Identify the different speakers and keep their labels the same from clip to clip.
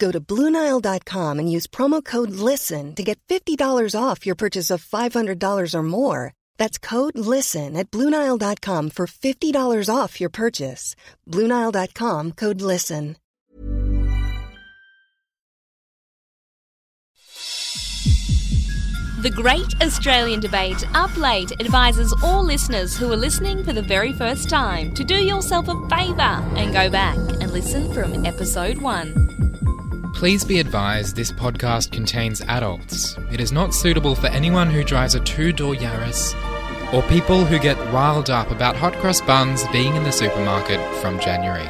Speaker 1: Go to Bluenile.com and use promo code LISTEN to get $50 off your purchase of $500 or more. That's code LISTEN at Bluenile.com for $50 off your purchase. Bluenile.com code LISTEN.
Speaker 2: The Great Australian Debate Up Late advises all listeners who are listening for the very first time to do yourself a favour and go back and listen from episode one.
Speaker 3: Please be advised this podcast contains adults. It is not suitable for anyone who drives a two door Yaris or people who get riled up about hot cross buns being in the supermarket from January.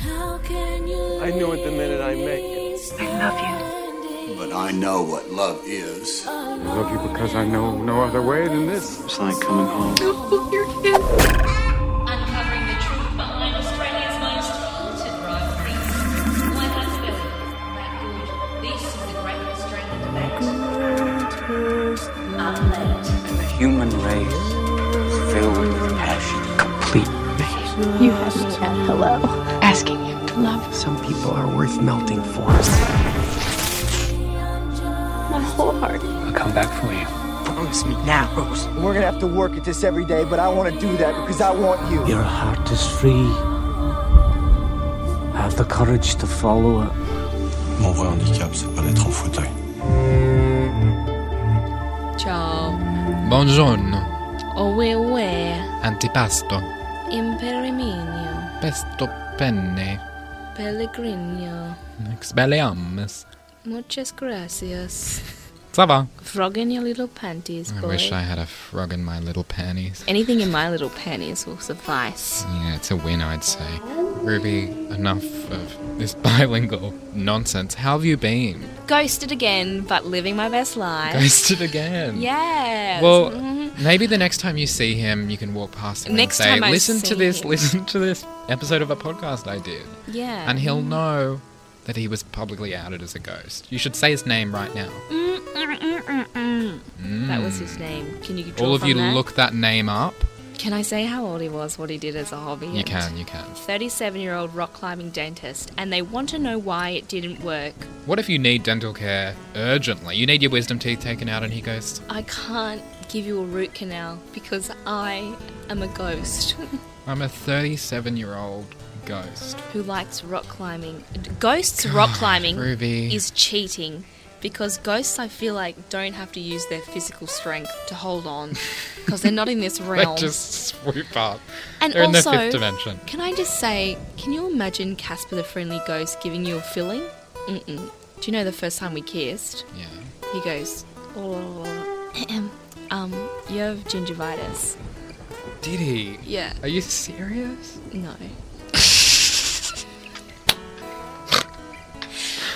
Speaker 4: I knew it the minute I met you.
Speaker 5: I love you.
Speaker 6: But I know what love is.
Speaker 4: I love you because I know no other way than this.
Speaker 5: It's like coming home.
Speaker 7: Oh, your kid.
Speaker 2: Uncovering the truth behind Australia's most haunted rivalries. My husband, that good. This is the Great Australian Debate. Up late.
Speaker 5: The human race is filled with passion, complete
Speaker 7: You have me at hello. Asking him to love.
Speaker 5: Some people are worth melting for. I'll
Speaker 7: My whole heart.
Speaker 5: come back for you. Promise me now, Rose.
Speaker 8: We're gonna have to work at this every day, but I want to do that because I want you.
Speaker 5: Your heart is free. Have the courage to follow it.
Speaker 9: Mon vrai handicap, c'est pas d'être en fauteuil.
Speaker 2: Ciao.
Speaker 3: Buongiorno,
Speaker 2: Owe where?
Speaker 3: antipasto,
Speaker 2: Imperiminio.
Speaker 3: pesto penne,
Speaker 2: Pellegrino.
Speaker 3: expelliarmus.
Speaker 2: Muchas gracias.
Speaker 3: Ça va?
Speaker 2: Frog in your little panties,
Speaker 3: I
Speaker 2: boy.
Speaker 3: wish I had a frog in my little panties.
Speaker 2: Anything in my little panties will suffice.
Speaker 3: Yeah, it's a win, I'd say. Ruby, enough of this bilingual nonsense. How have you been?
Speaker 2: Ghosted again, but living my best life.
Speaker 3: Ghosted again.
Speaker 2: Yes.
Speaker 3: Well,
Speaker 2: Mhm.
Speaker 3: maybe the next time you see him, you can walk past him
Speaker 2: Next
Speaker 3: and say,
Speaker 2: time I
Speaker 3: "Listen
Speaker 2: see
Speaker 3: to this,
Speaker 2: him."
Speaker 3: listen to this episode of a podcast I did,"
Speaker 2: yeah.
Speaker 3: and he'll know that he was publicly outed as a ghost. You should say his name right now.
Speaker 2: Mm, Mm-mm-mm-mm-mm. mm, That was his name. Can you draw
Speaker 3: Mm. All of
Speaker 2: from
Speaker 3: you,
Speaker 2: that?
Speaker 3: look that name up.
Speaker 2: Can I say how old he was? What he did as a hobby?
Speaker 3: You can, you can.
Speaker 2: 37 year old rock climbing dentist, and they want to know why it didn't work.
Speaker 3: What if you need dental care urgently? You need your wisdom teeth taken out, and he goes,
Speaker 2: I can't give you a root canal because I am a ghost
Speaker 3: "I'm a 37-year-old ghost."
Speaker 2: who likes rock climbing. Ghosts rock
Speaker 3: God,
Speaker 2: climbing
Speaker 3: Ruby.
Speaker 2: is cheating because ghosts, I feel like, don't have to use their physical strength to hold on because they're not in this realm.
Speaker 3: They just swoop up.
Speaker 2: And
Speaker 3: They're
Speaker 2: also,
Speaker 3: in the fifth dimension.
Speaker 2: Can I just say, can you imagine Casper the Friendly Ghost giving you a filling? Mm-mm. Do you know the first time we kissed?
Speaker 3: Yeah.
Speaker 2: He goes, oh, um, you have gingivitis.
Speaker 3: Did he?
Speaker 2: Yeah.
Speaker 3: Are you serious?
Speaker 2: No.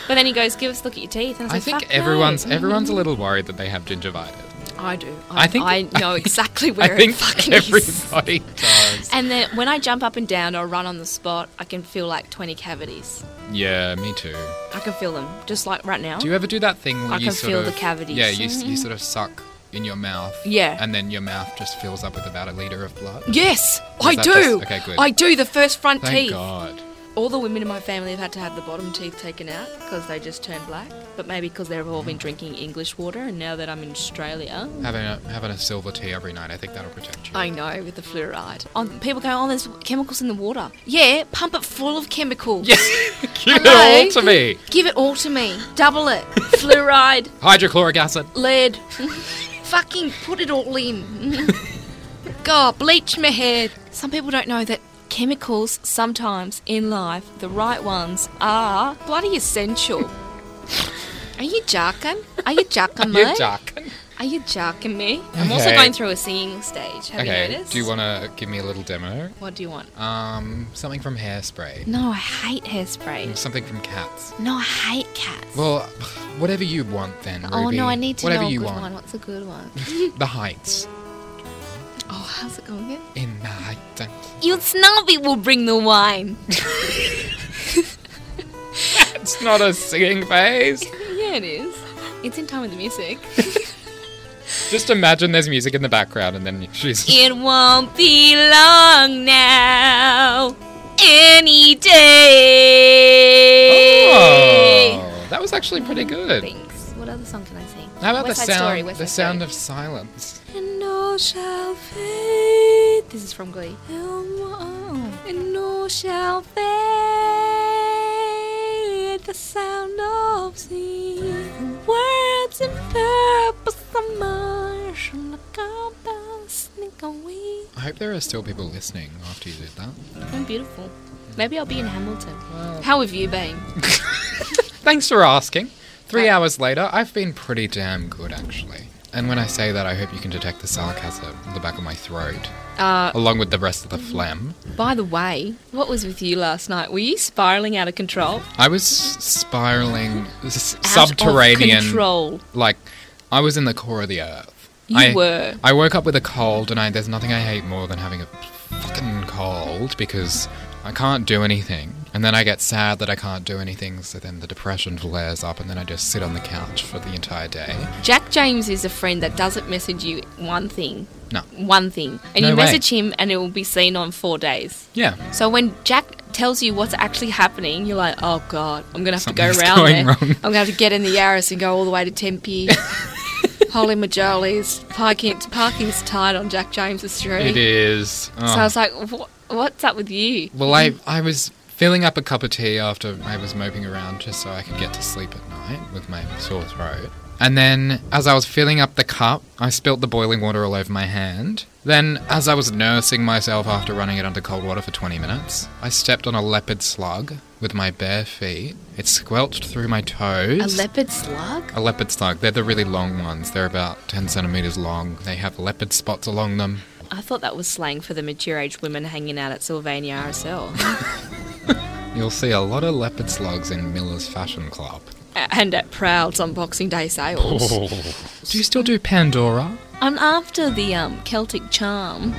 Speaker 2: but then he goes, give us a look at your teeth. And I,
Speaker 3: I
Speaker 2: was like,
Speaker 3: think
Speaker 2: "Fuck Mm-hmm. no."
Speaker 3: everyone's everyone's a little worried that they have gingivitis.
Speaker 2: I do. I,
Speaker 3: I think
Speaker 2: I know
Speaker 3: think-
Speaker 2: exactly where
Speaker 3: I think
Speaker 2: it fucking is.
Speaker 3: everybody does.
Speaker 2: And then when I jump up and down or run on the spot, I can feel like 20 cavities.
Speaker 3: Yeah, me too.
Speaker 2: I can feel them, just like right now.
Speaker 3: Do you ever do that thing where
Speaker 2: Oh. I
Speaker 3: you
Speaker 2: can
Speaker 3: sort
Speaker 2: feel
Speaker 3: of
Speaker 2: the cavities.
Speaker 3: Yeah, you, s you sort of suck in your mouth.
Speaker 2: Yeah.
Speaker 3: And then your mouth just fills up with about a liter of blood.
Speaker 2: Yes, I
Speaker 3: that
Speaker 2: do.
Speaker 3: just- okay, good.
Speaker 2: I do the first front
Speaker 3: Thank
Speaker 2: teeth.
Speaker 3: God.
Speaker 2: All the women in my family have had to have the bottom teeth taken out because they just turned black. But maybe because they've all
Speaker 3: Mm.
Speaker 2: been drinking English water, and now that I'm in Australia,
Speaker 3: Having a having a silver tea every night, I think that'll protect you.
Speaker 2: I know with the fluoride. Oh, people go, oh, there's chemicals in the water. Yeah, pump it full of chemicals.
Speaker 3: Yes, give
Speaker 2: Hello?
Speaker 3: it all to me.
Speaker 2: Give it all to me. Double it. fluoride,
Speaker 3: Hydrochloric acid.
Speaker 2: lead. Fucking put it all in. God, bleach my hair. Some people don't know that chemicals sometimes in life, the right ones, are bloody essential. Are you jarking? Are you jarking,
Speaker 3: You
Speaker 2: mate?
Speaker 3: duck.
Speaker 2: Are you jarking me? I'm also
Speaker 3: Okay.
Speaker 2: going through a singing stage. Have you
Speaker 3: Okay.
Speaker 2: noticed?
Speaker 3: Do you want to give me a little demo?
Speaker 2: What do you want?
Speaker 3: Um, something from Hairspray.
Speaker 2: No, I hate hairspray.
Speaker 3: Something from Cats.
Speaker 2: No, I hate cats.
Speaker 3: Well, whatever you want then. Ruby.
Speaker 2: oh no, I need to
Speaker 3: whatever
Speaker 2: know a
Speaker 3: you
Speaker 2: good
Speaker 3: want.
Speaker 2: one. What's a good one?
Speaker 3: The heights
Speaker 2: oh, how's it going? Again?
Speaker 3: in the heights.
Speaker 2: You snobby will bring the wine.
Speaker 3: It's not a singing phase.
Speaker 2: yeah, it is. It's in time with the music.
Speaker 3: Just imagine there's music in the background, and then she's.
Speaker 2: it won't be long now. Any day.
Speaker 3: Oh, that was actually pretty good.
Speaker 2: Thanks. What other song can I sing?
Speaker 3: How about
Speaker 2: West
Speaker 3: the
Speaker 2: Side
Speaker 3: sound?
Speaker 2: Story, West
Speaker 3: the
Speaker 2: Side
Speaker 3: sound
Speaker 2: Story.
Speaker 3: of silence.
Speaker 2: And all shall fade. This is from Glee. And all shall fade. The sound of sea. Words in purple summer. From the compass, sneak away.
Speaker 3: I hope there are still people listening after you did that.
Speaker 2: I'm beautiful. Maybe I'll be in Hamilton. How have you been?
Speaker 3: Thanks for asking. Three hours later, I've been pretty damn good, actually. And when I say that, I hope you can detect the sarcasm in the back of my throat,
Speaker 2: Uh,
Speaker 3: along with the rest of the phlegm.
Speaker 2: by the way, what was with you last night? Were you spiraling out of control?
Speaker 3: I was spiraling s-
Speaker 2: Out of
Speaker 3: subterranean.
Speaker 2: control.
Speaker 3: Like, I was in the core of the earth.
Speaker 2: You
Speaker 3: I,
Speaker 2: were.
Speaker 3: I woke up with a cold, and I, there's nothing I hate more than having a fucking cold because I can't do anything. And then I get sad that I can't do anything, so then the depression flares up, and then I just sit on the couch for the entire day.
Speaker 2: Jack James is a friend that doesn't message you one thing.
Speaker 3: No.
Speaker 2: One thing. And
Speaker 3: No
Speaker 2: you
Speaker 3: way.
Speaker 2: message him and it will be seen on four days.
Speaker 3: Yeah.
Speaker 2: So when Jack tells you what's actually happening, you're like, oh God, I'm going to have to
Speaker 3: Something's
Speaker 2: go around
Speaker 3: going
Speaker 2: there.
Speaker 3: wrong.
Speaker 2: I'm going to have to get in the Yaris and go all the way to Tempe. Holy Majolies. Parking, parking's tight on Jack James's street.
Speaker 3: It is.
Speaker 2: So
Speaker 3: Oh.
Speaker 2: I was like, what, what's up with you?
Speaker 3: well, I, I was filling up a cup of tea after I was moping around just so I could get to sleep at night with my sore throat. And then, as I was filling up the cup, I spilt the boiling water all over my hand. Then, as I was nursing myself after running it under cold water for 20 minutes, I stepped on a leopard slug with my bare feet. It squelched through my toes.
Speaker 2: A leopard slug?
Speaker 3: A leopard slug. They're the really long ones. They're about 10 centimeters long. They have leopard spots along them.
Speaker 2: I thought that was slang for the mature aged women hanging out at Sylvania RSL.
Speaker 3: You'll see a lot of leopard slugs in Miller's Fashion Club.
Speaker 2: and at Proud's on Boxing Day sales.
Speaker 3: Do you still do Pandora?
Speaker 2: I'm after the um, Celtic charm.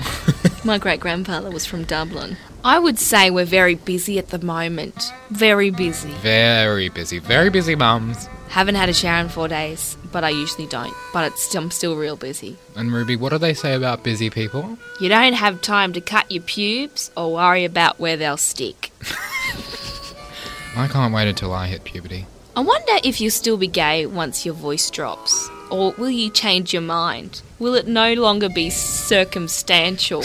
Speaker 2: My great grandfather was from Dublin. I would say we're very busy at the moment. Very busy.
Speaker 3: Very busy, very busy mums.
Speaker 2: Haven't had a shower in four days, but I usually don't. But it's, I'm still real busy.
Speaker 3: And Ruby, what do they say about busy people?
Speaker 2: You don't have time to cut your pubes or worry about where they'll stick.
Speaker 3: I can't wait until I hit puberty.
Speaker 2: I wonder if you'll still be gay once your voice drops. Or will you change your mind? Will it no longer be circumstantial?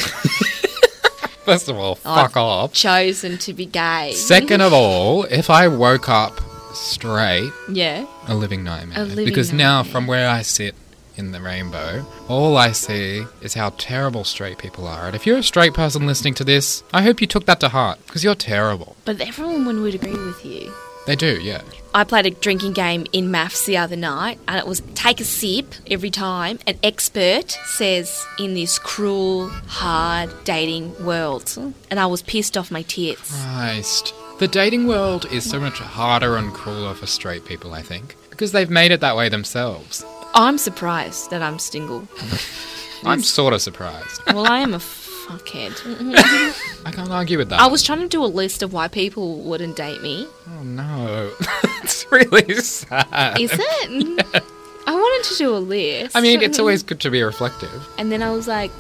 Speaker 3: First of all,
Speaker 2: Oh,
Speaker 3: fuck off.
Speaker 2: Chosen to be gay.
Speaker 3: Second of all, if I woke up straight,
Speaker 2: Yeah.
Speaker 3: a living nightmare.
Speaker 2: A living
Speaker 3: because now,
Speaker 2: nightmare.
Speaker 3: from where I sit in the rainbow, all I see is how terrible straight people are. And if you're a straight person listening to this, I hope you took that to heart because you're terrible.
Speaker 2: But everyone would agree with you.
Speaker 3: They do, yeah.
Speaker 2: I played a drinking game in maths the other night, and it was take a sip every time. An expert says, in this cruel, hard dating world. And I was pissed off my tits.
Speaker 3: Christ. The dating world is so much harder and crueler for straight people, I think, because they've made it that way themselves.
Speaker 2: I'm surprised that I'm single.
Speaker 3: I'm sort of surprised.
Speaker 2: Well, I am a fuckhead.
Speaker 3: I can't argue with that.
Speaker 2: I was trying to do a list of why people wouldn't date me.
Speaker 3: Oh no. it's really sad.
Speaker 2: Is it? I wanted to do a list.
Speaker 3: I mean, it's always good to be reflective.
Speaker 2: And then I was like,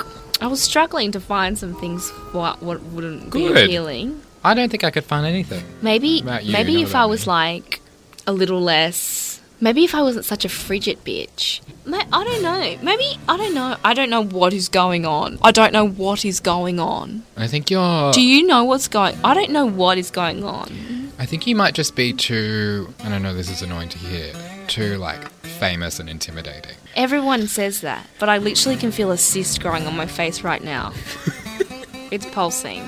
Speaker 2: I was struggling to find some things what what wouldn't be
Speaker 3: Good.
Speaker 2: appealing.
Speaker 3: I don't think I could find anything.
Speaker 2: Maybe
Speaker 3: About you,
Speaker 2: maybe
Speaker 3: not
Speaker 2: if
Speaker 3: about
Speaker 2: I was
Speaker 3: me.
Speaker 2: like a little less maybe if I wasn't such a frigid bitch. Ma- I don't know. Maybe I don't know. I don't know what is going on. I don't know what is going on.
Speaker 3: I think you're.
Speaker 2: Do you know what's going I don't know what is going on.
Speaker 3: I think you might just be too. And I know this is annoying to hear. Too like famous and intimidating.
Speaker 2: Everyone says that, but I literally can feel a cyst growing on my face right now. it's pulsing.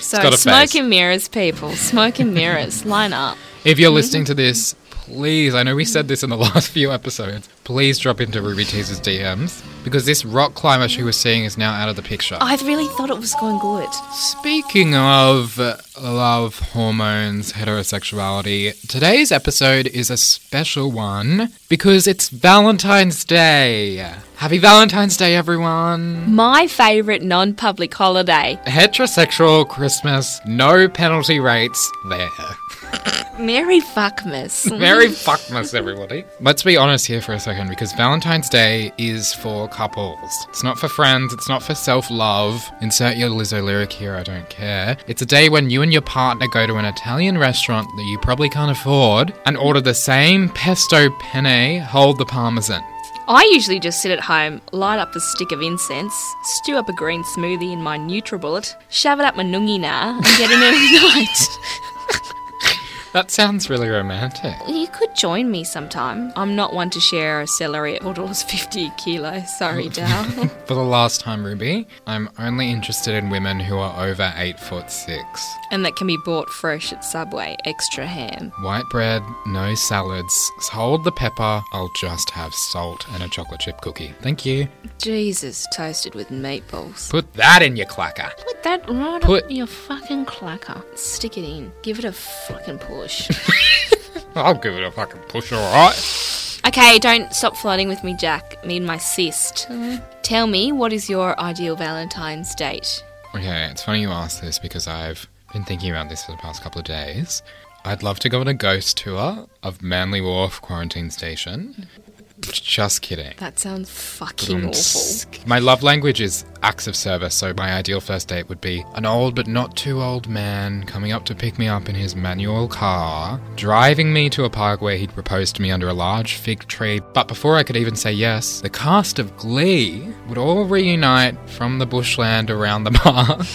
Speaker 2: So
Speaker 3: got a
Speaker 2: smoke
Speaker 3: face.
Speaker 2: and mirrors, people. Smoke and mirrors. Line up.
Speaker 3: If you're listening to this, please, I know we said this in the last few episodes, please drop into Ruby Teaser's DMs because this rock climber she was seeing is now out of the picture.
Speaker 2: I really thought it was going good.
Speaker 3: Speaking of uh, love, hormones, heterosexuality, today's episode is a special one because it's Valentine's Day. Happy Valentine's Day, everyone!
Speaker 2: My favourite non public holiday.
Speaker 3: Heterosexual Christmas, no penalty rates there.
Speaker 2: Merry Fuckmas.
Speaker 3: Merry fuckmas, everybody. Let's be honest here for a second because Valentine's Day is for couples. It's not for friends, it's not for self love. Insert your Lizzo lyric here, I don't care. It's a day when you and your partner go to an Italian restaurant that you probably can't afford and order the same pesto penne, hold the parmesan.
Speaker 2: I usually just sit at home, light up a stick of incense, stew up a green smoothie in my NutriBullet, shove it up my nungi na, and get in every night.
Speaker 3: That sounds really romantic.
Speaker 2: You could join me sometime. I'm not one to share a celery at $4.50 a kilo. Sorry, Dal.
Speaker 3: For the last time, Ruby, I'm only interested in women who are over 8 foot 6.
Speaker 2: and that can be bought fresh at Subway, extra ham.
Speaker 3: White bread, no salads. Hold the pepper. I'll just have salt and a chocolate chip cookie. Thank you.
Speaker 2: Jesus, toasted with meatballs.
Speaker 3: Put that in your clacker.
Speaker 2: Put that right
Speaker 3: Put-
Speaker 2: up your fucking clacker. Stick it in. Give it a fucking push.
Speaker 3: I'll give it a fucking push, alright?
Speaker 2: okay, don't stop flirting with me, Jack. Me and my cyst. Tell me, what is your ideal Valentine's date?
Speaker 3: Okay, it's funny you asked this because I've been thinking about this for the past couple of days. I'd love to go on a ghost tour of Manly Wharf Quarantine Station. Just kidding.
Speaker 2: That sounds fucking awful.
Speaker 3: My love language is acts of service, so my ideal first date would be an old but not too old man coming up to pick me up in his manual car, driving me to a park where he'd propose to me under a large fig tree. But before I could even say yes, the cast of Glee would all reunite from the bushland around the park.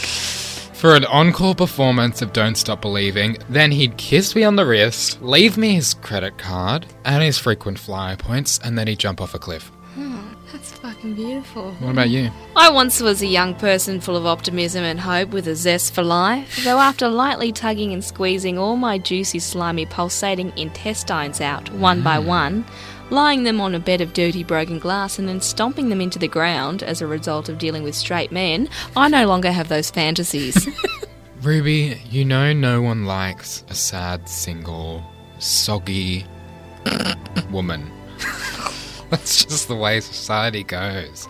Speaker 3: For an encore performance of Don't Stop Believing, then he'd kiss me on the wrist, leave me his credit card and his frequent flyer points, and then he'd jump off a cliff.
Speaker 2: Oh, That's fucking beautiful.
Speaker 3: What about you?
Speaker 2: I once was a young person full of optimism and hope with a zest for life, though after lightly tugging and squeezing all my juicy, slimy, pulsating intestines out one by one, lying them on a bed of dirty, broken glass, and then stomping them into the ground as a result of dealing with straight men, I no longer have those fantasies.
Speaker 3: Ruby, you know no one likes a sad, single, soggy woman. That's just the way society goes.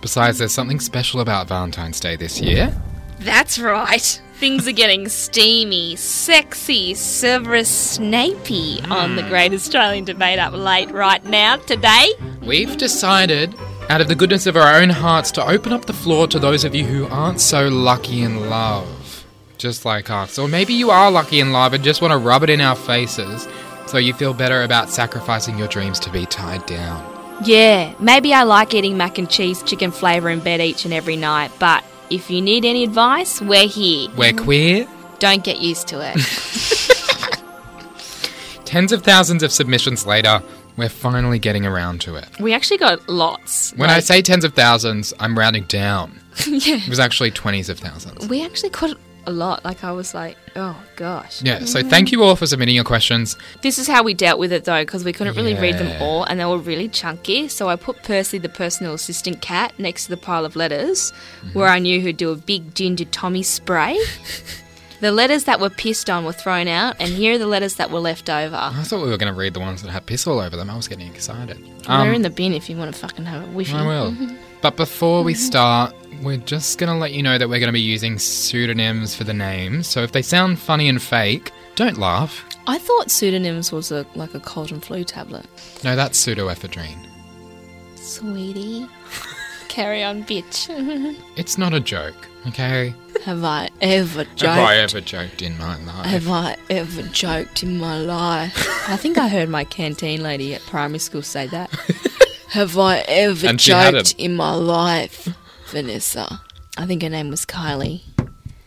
Speaker 3: Besides, there's something special about Valentine's Day this year.
Speaker 2: That's right. Things are getting steamy, sexy, Severus Snapey on
Speaker 3: Hmm.
Speaker 2: the Great Australian Debate up late right now today.
Speaker 3: We've decided, out of the goodness of our own hearts, to open up the floor to those of you who aren't so lucky in love, just like us. Or maybe you are lucky in love and just want to rub it in our faces so you feel better about sacrificing your dreams to be tied down.
Speaker 2: Yeah, maybe I like eating mac and cheese, chicken flavour in bed each and every night, but if you need any advice, we're here.
Speaker 3: We're queer.
Speaker 2: Don't get used to it.
Speaker 3: Tens of thousands of submissions later, we're finally getting around to it.
Speaker 2: we actually got lots.
Speaker 3: When I say tens of thousands, I'm rounding down. It was actually twenties of thousands.
Speaker 2: We actually got a lot. Like, I was like, oh gosh.
Speaker 3: Yeah, so thank you all for submitting your questions.
Speaker 2: This is how we dealt with it though, because we couldn't really read
Speaker 3: Yeah.
Speaker 2: them all and they were really chunky. So I put Percy, the personal assistant cat, next to the pile of letters
Speaker 3: Mm-hmm.
Speaker 2: where I knew he'd do a big ginger Tommy spray. the letters that were pissed on were thrown out, and here are the letters that were left over.
Speaker 3: I thought we were going to read the ones that had piss all over them. I was getting excited.
Speaker 2: They're in the bin if you want to fucking have a whiffy.
Speaker 3: Um, I will. But before
Speaker 2: Mm-hmm.
Speaker 3: we start, we're just going to let you know that we're going to be using pseudonyms for the names. So if they sound funny and fake, don't laugh.
Speaker 2: I thought pseudonyms was a like a cold and flu tablet.
Speaker 3: No, that's pseudoephedrine.
Speaker 2: Sweetie, Carry on, bitch.
Speaker 3: It's not a joke, okay?
Speaker 2: Have I ever joked?
Speaker 3: Have I ever joked in my life?
Speaker 2: Have I ever joked in my life? I think I heard my canteen lady at primary school say that. Have I ever
Speaker 3: And she
Speaker 2: joked
Speaker 3: hadn't.
Speaker 2: in my life, Vanessa? I think her name was Kylie.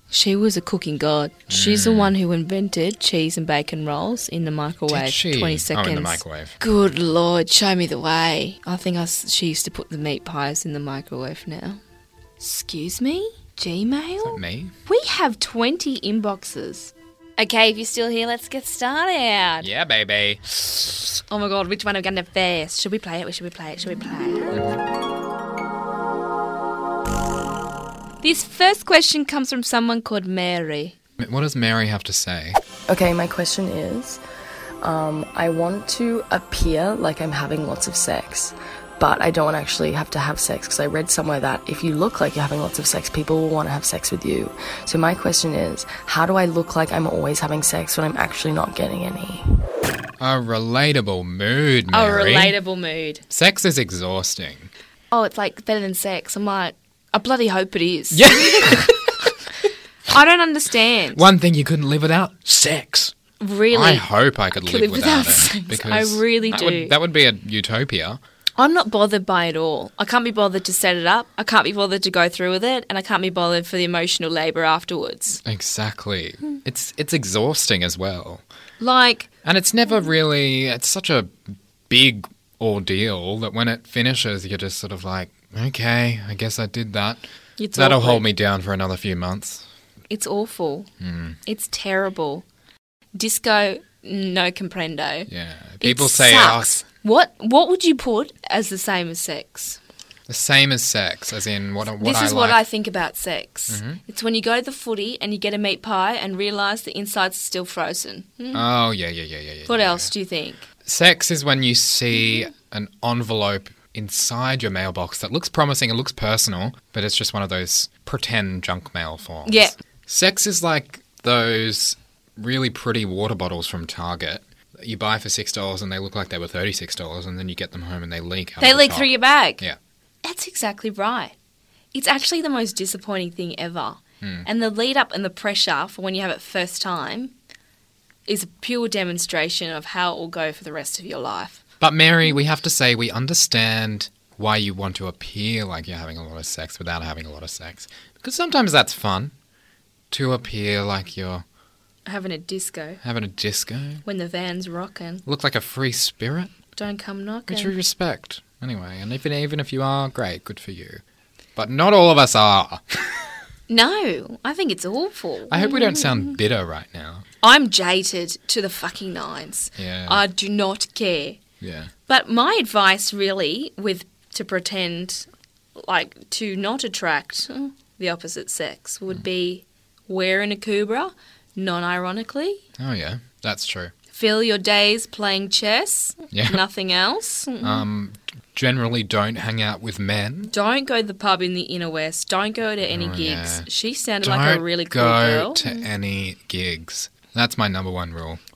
Speaker 2: She was a cooking god. She's
Speaker 3: Mm.
Speaker 2: the one who invented cheese and bacon rolls in the microwave.
Speaker 3: Did she?
Speaker 2: 20
Speaker 3: Oh,
Speaker 2: seconds.
Speaker 3: in the microwave.
Speaker 2: Good lord, show me the way. I think I s- she used to put the meat pies in the microwave now. Excuse me? Gmail?
Speaker 3: Me?
Speaker 2: We have 20 inboxes. Okay, if you're still here, let's get started.
Speaker 3: Yeah, baby.
Speaker 2: Oh my god, which one are we going to first? Should we play it? Should we play it? Should we play it? This first question comes from someone called Mary.
Speaker 3: What does Mary have to say?
Speaker 10: Okay, my question is um, I want to appear like I'm having lots of sex, but I don't want to actually have to have sex because I read somewhere that if you look like you're having lots of sex, people will want to have sex with you. So, my question is how do I look like I'm always having sex when I'm actually not getting any?
Speaker 3: A relatable mood, Mary.
Speaker 2: A relatable mood.
Speaker 3: Sex is exhausting.
Speaker 2: Oh, it's like better than sex. I'm like, I bloody hope it is.
Speaker 3: Yeah.
Speaker 2: I don't understand.
Speaker 3: One thing you couldn't live without sex.
Speaker 2: Really?
Speaker 3: I hope I could
Speaker 2: I
Speaker 3: live,
Speaker 2: could live
Speaker 3: without,
Speaker 2: without
Speaker 3: it
Speaker 2: sex.
Speaker 3: because
Speaker 2: I really
Speaker 3: that
Speaker 2: do.
Speaker 3: Would, that would be a utopia.
Speaker 2: I'm not bothered by it all. I can't be bothered to set it up. I can't be bothered to go through with it, and I can't be bothered for the emotional labor afterwards.
Speaker 3: Exactly.
Speaker 2: Hmm.
Speaker 3: It's it's exhausting as well,
Speaker 2: Like,
Speaker 3: and it's never
Speaker 2: Hmm.
Speaker 3: really. It's such a big ordeal that when it finishes, you're just sort of like, okay, I guess I did that.
Speaker 2: It's
Speaker 3: That'll
Speaker 2: awful.
Speaker 3: hold me down for another few months.
Speaker 2: it's awful.
Speaker 3: Hmm.
Speaker 2: It's terrible. Disco no comprendo.
Speaker 3: Yeah.
Speaker 2: It
Speaker 3: People say oh,
Speaker 2: sucks. what what would you put as the same as sex?
Speaker 3: the same as sex, as in what what
Speaker 2: this
Speaker 3: I
Speaker 2: is
Speaker 3: like.
Speaker 2: what
Speaker 3: Mm-hmm.
Speaker 2: I think about sex. It's when you go to the footy and you get a meat pie and realise the inside's still frozen. Hmm?
Speaker 3: Oh yeah, yeah, yeah, yeah. yeah
Speaker 2: What
Speaker 3: yeah.
Speaker 2: else do you think?
Speaker 3: Sex is when you see an envelope inside your mailbox that looks promising, it looks personal, but it's just one of those pretend junk mail forms.
Speaker 2: Yeah.
Speaker 3: Sex is like those really pretty water bottles from Target. that You buy for six dollars and they look like they were thirty six dollars and then you get them home and they leak out.
Speaker 2: They
Speaker 3: of the
Speaker 2: leak
Speaker 3: top.
Speaker 2: through your bag.
Speaker 3: Yeah.
Speaker 2: That's exactly right. It's actually the most disappointing thing ever.
Speaker 3: Hmm.
Speaker 2: And the lead up and the pressure for when you have it first time is a pure demonstration of how it will go for the rest of your life.
Speaker 3: But Mary, we have to say we understand why you want to appear like you're having a lot of sex without having a lot of sex. Because sometimes that's fun. To appear like you're
Speaker 2: Having a disco
Speaker 3: having a disco.
Speaker 2: when the van's rocking,
Speaker 3: look like a free spirit,
Speaker 2: don't come knocking.
Speaker 3: which we respect anyway. And even even if you are, great, good for you. But not all of us are.
Speaker 2: No, I think it's awful.
Speaker 3: I hope we don't sound bitter right now.
Speaker 2: I'm jaded to the fucking nines.
Speaker 3: Yeah.
Speaker 2: I do not care.
Speaker 3: Yeah.
Speaker 2: But my advice, really, with to pretend like to not attract the opposite sex would be wear an akubra, non ironically.
Speaker 3: Oh yeah, that's true.
Speaker 2: Fill your days playing chess,
Speaker 3: Yeah.
Speaker 2: nothing else.
Speaker 3: Um, generally, don't hang out with men.
Speaker 2: Don't go to the pub in the inner west. Don't go to any
Speaker 3: Oh,
Speaker 2: gigs.
Speaker 3: yeah.
Speaker 2: She sounded
Speaker 3: don't
Speaker 2: like a really cool
Speaker 3: go
Speaker 2: girl.
Speaker 3: to any gigs. That's my number one rule.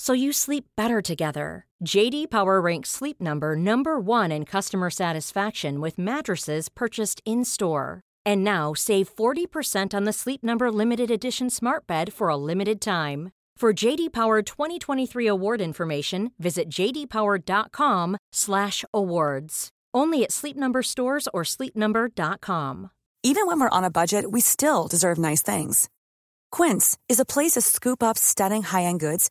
Speaker 11: so you sleep better together. JD Power ranks Sleep Number number 1 in customer satisfaction with mattresses purchased in-store. And now save 40% on the Sleep Number limited edition smart bed for a limited time. For JD Power 2023 award information, visit jdpower.com/awards. Only at Sleep Number stores or sleepnumber.com.
Speaker 12: Even when we're on a budget, we still deserve nice things. Quince is a place to scoop up stunning high-end goods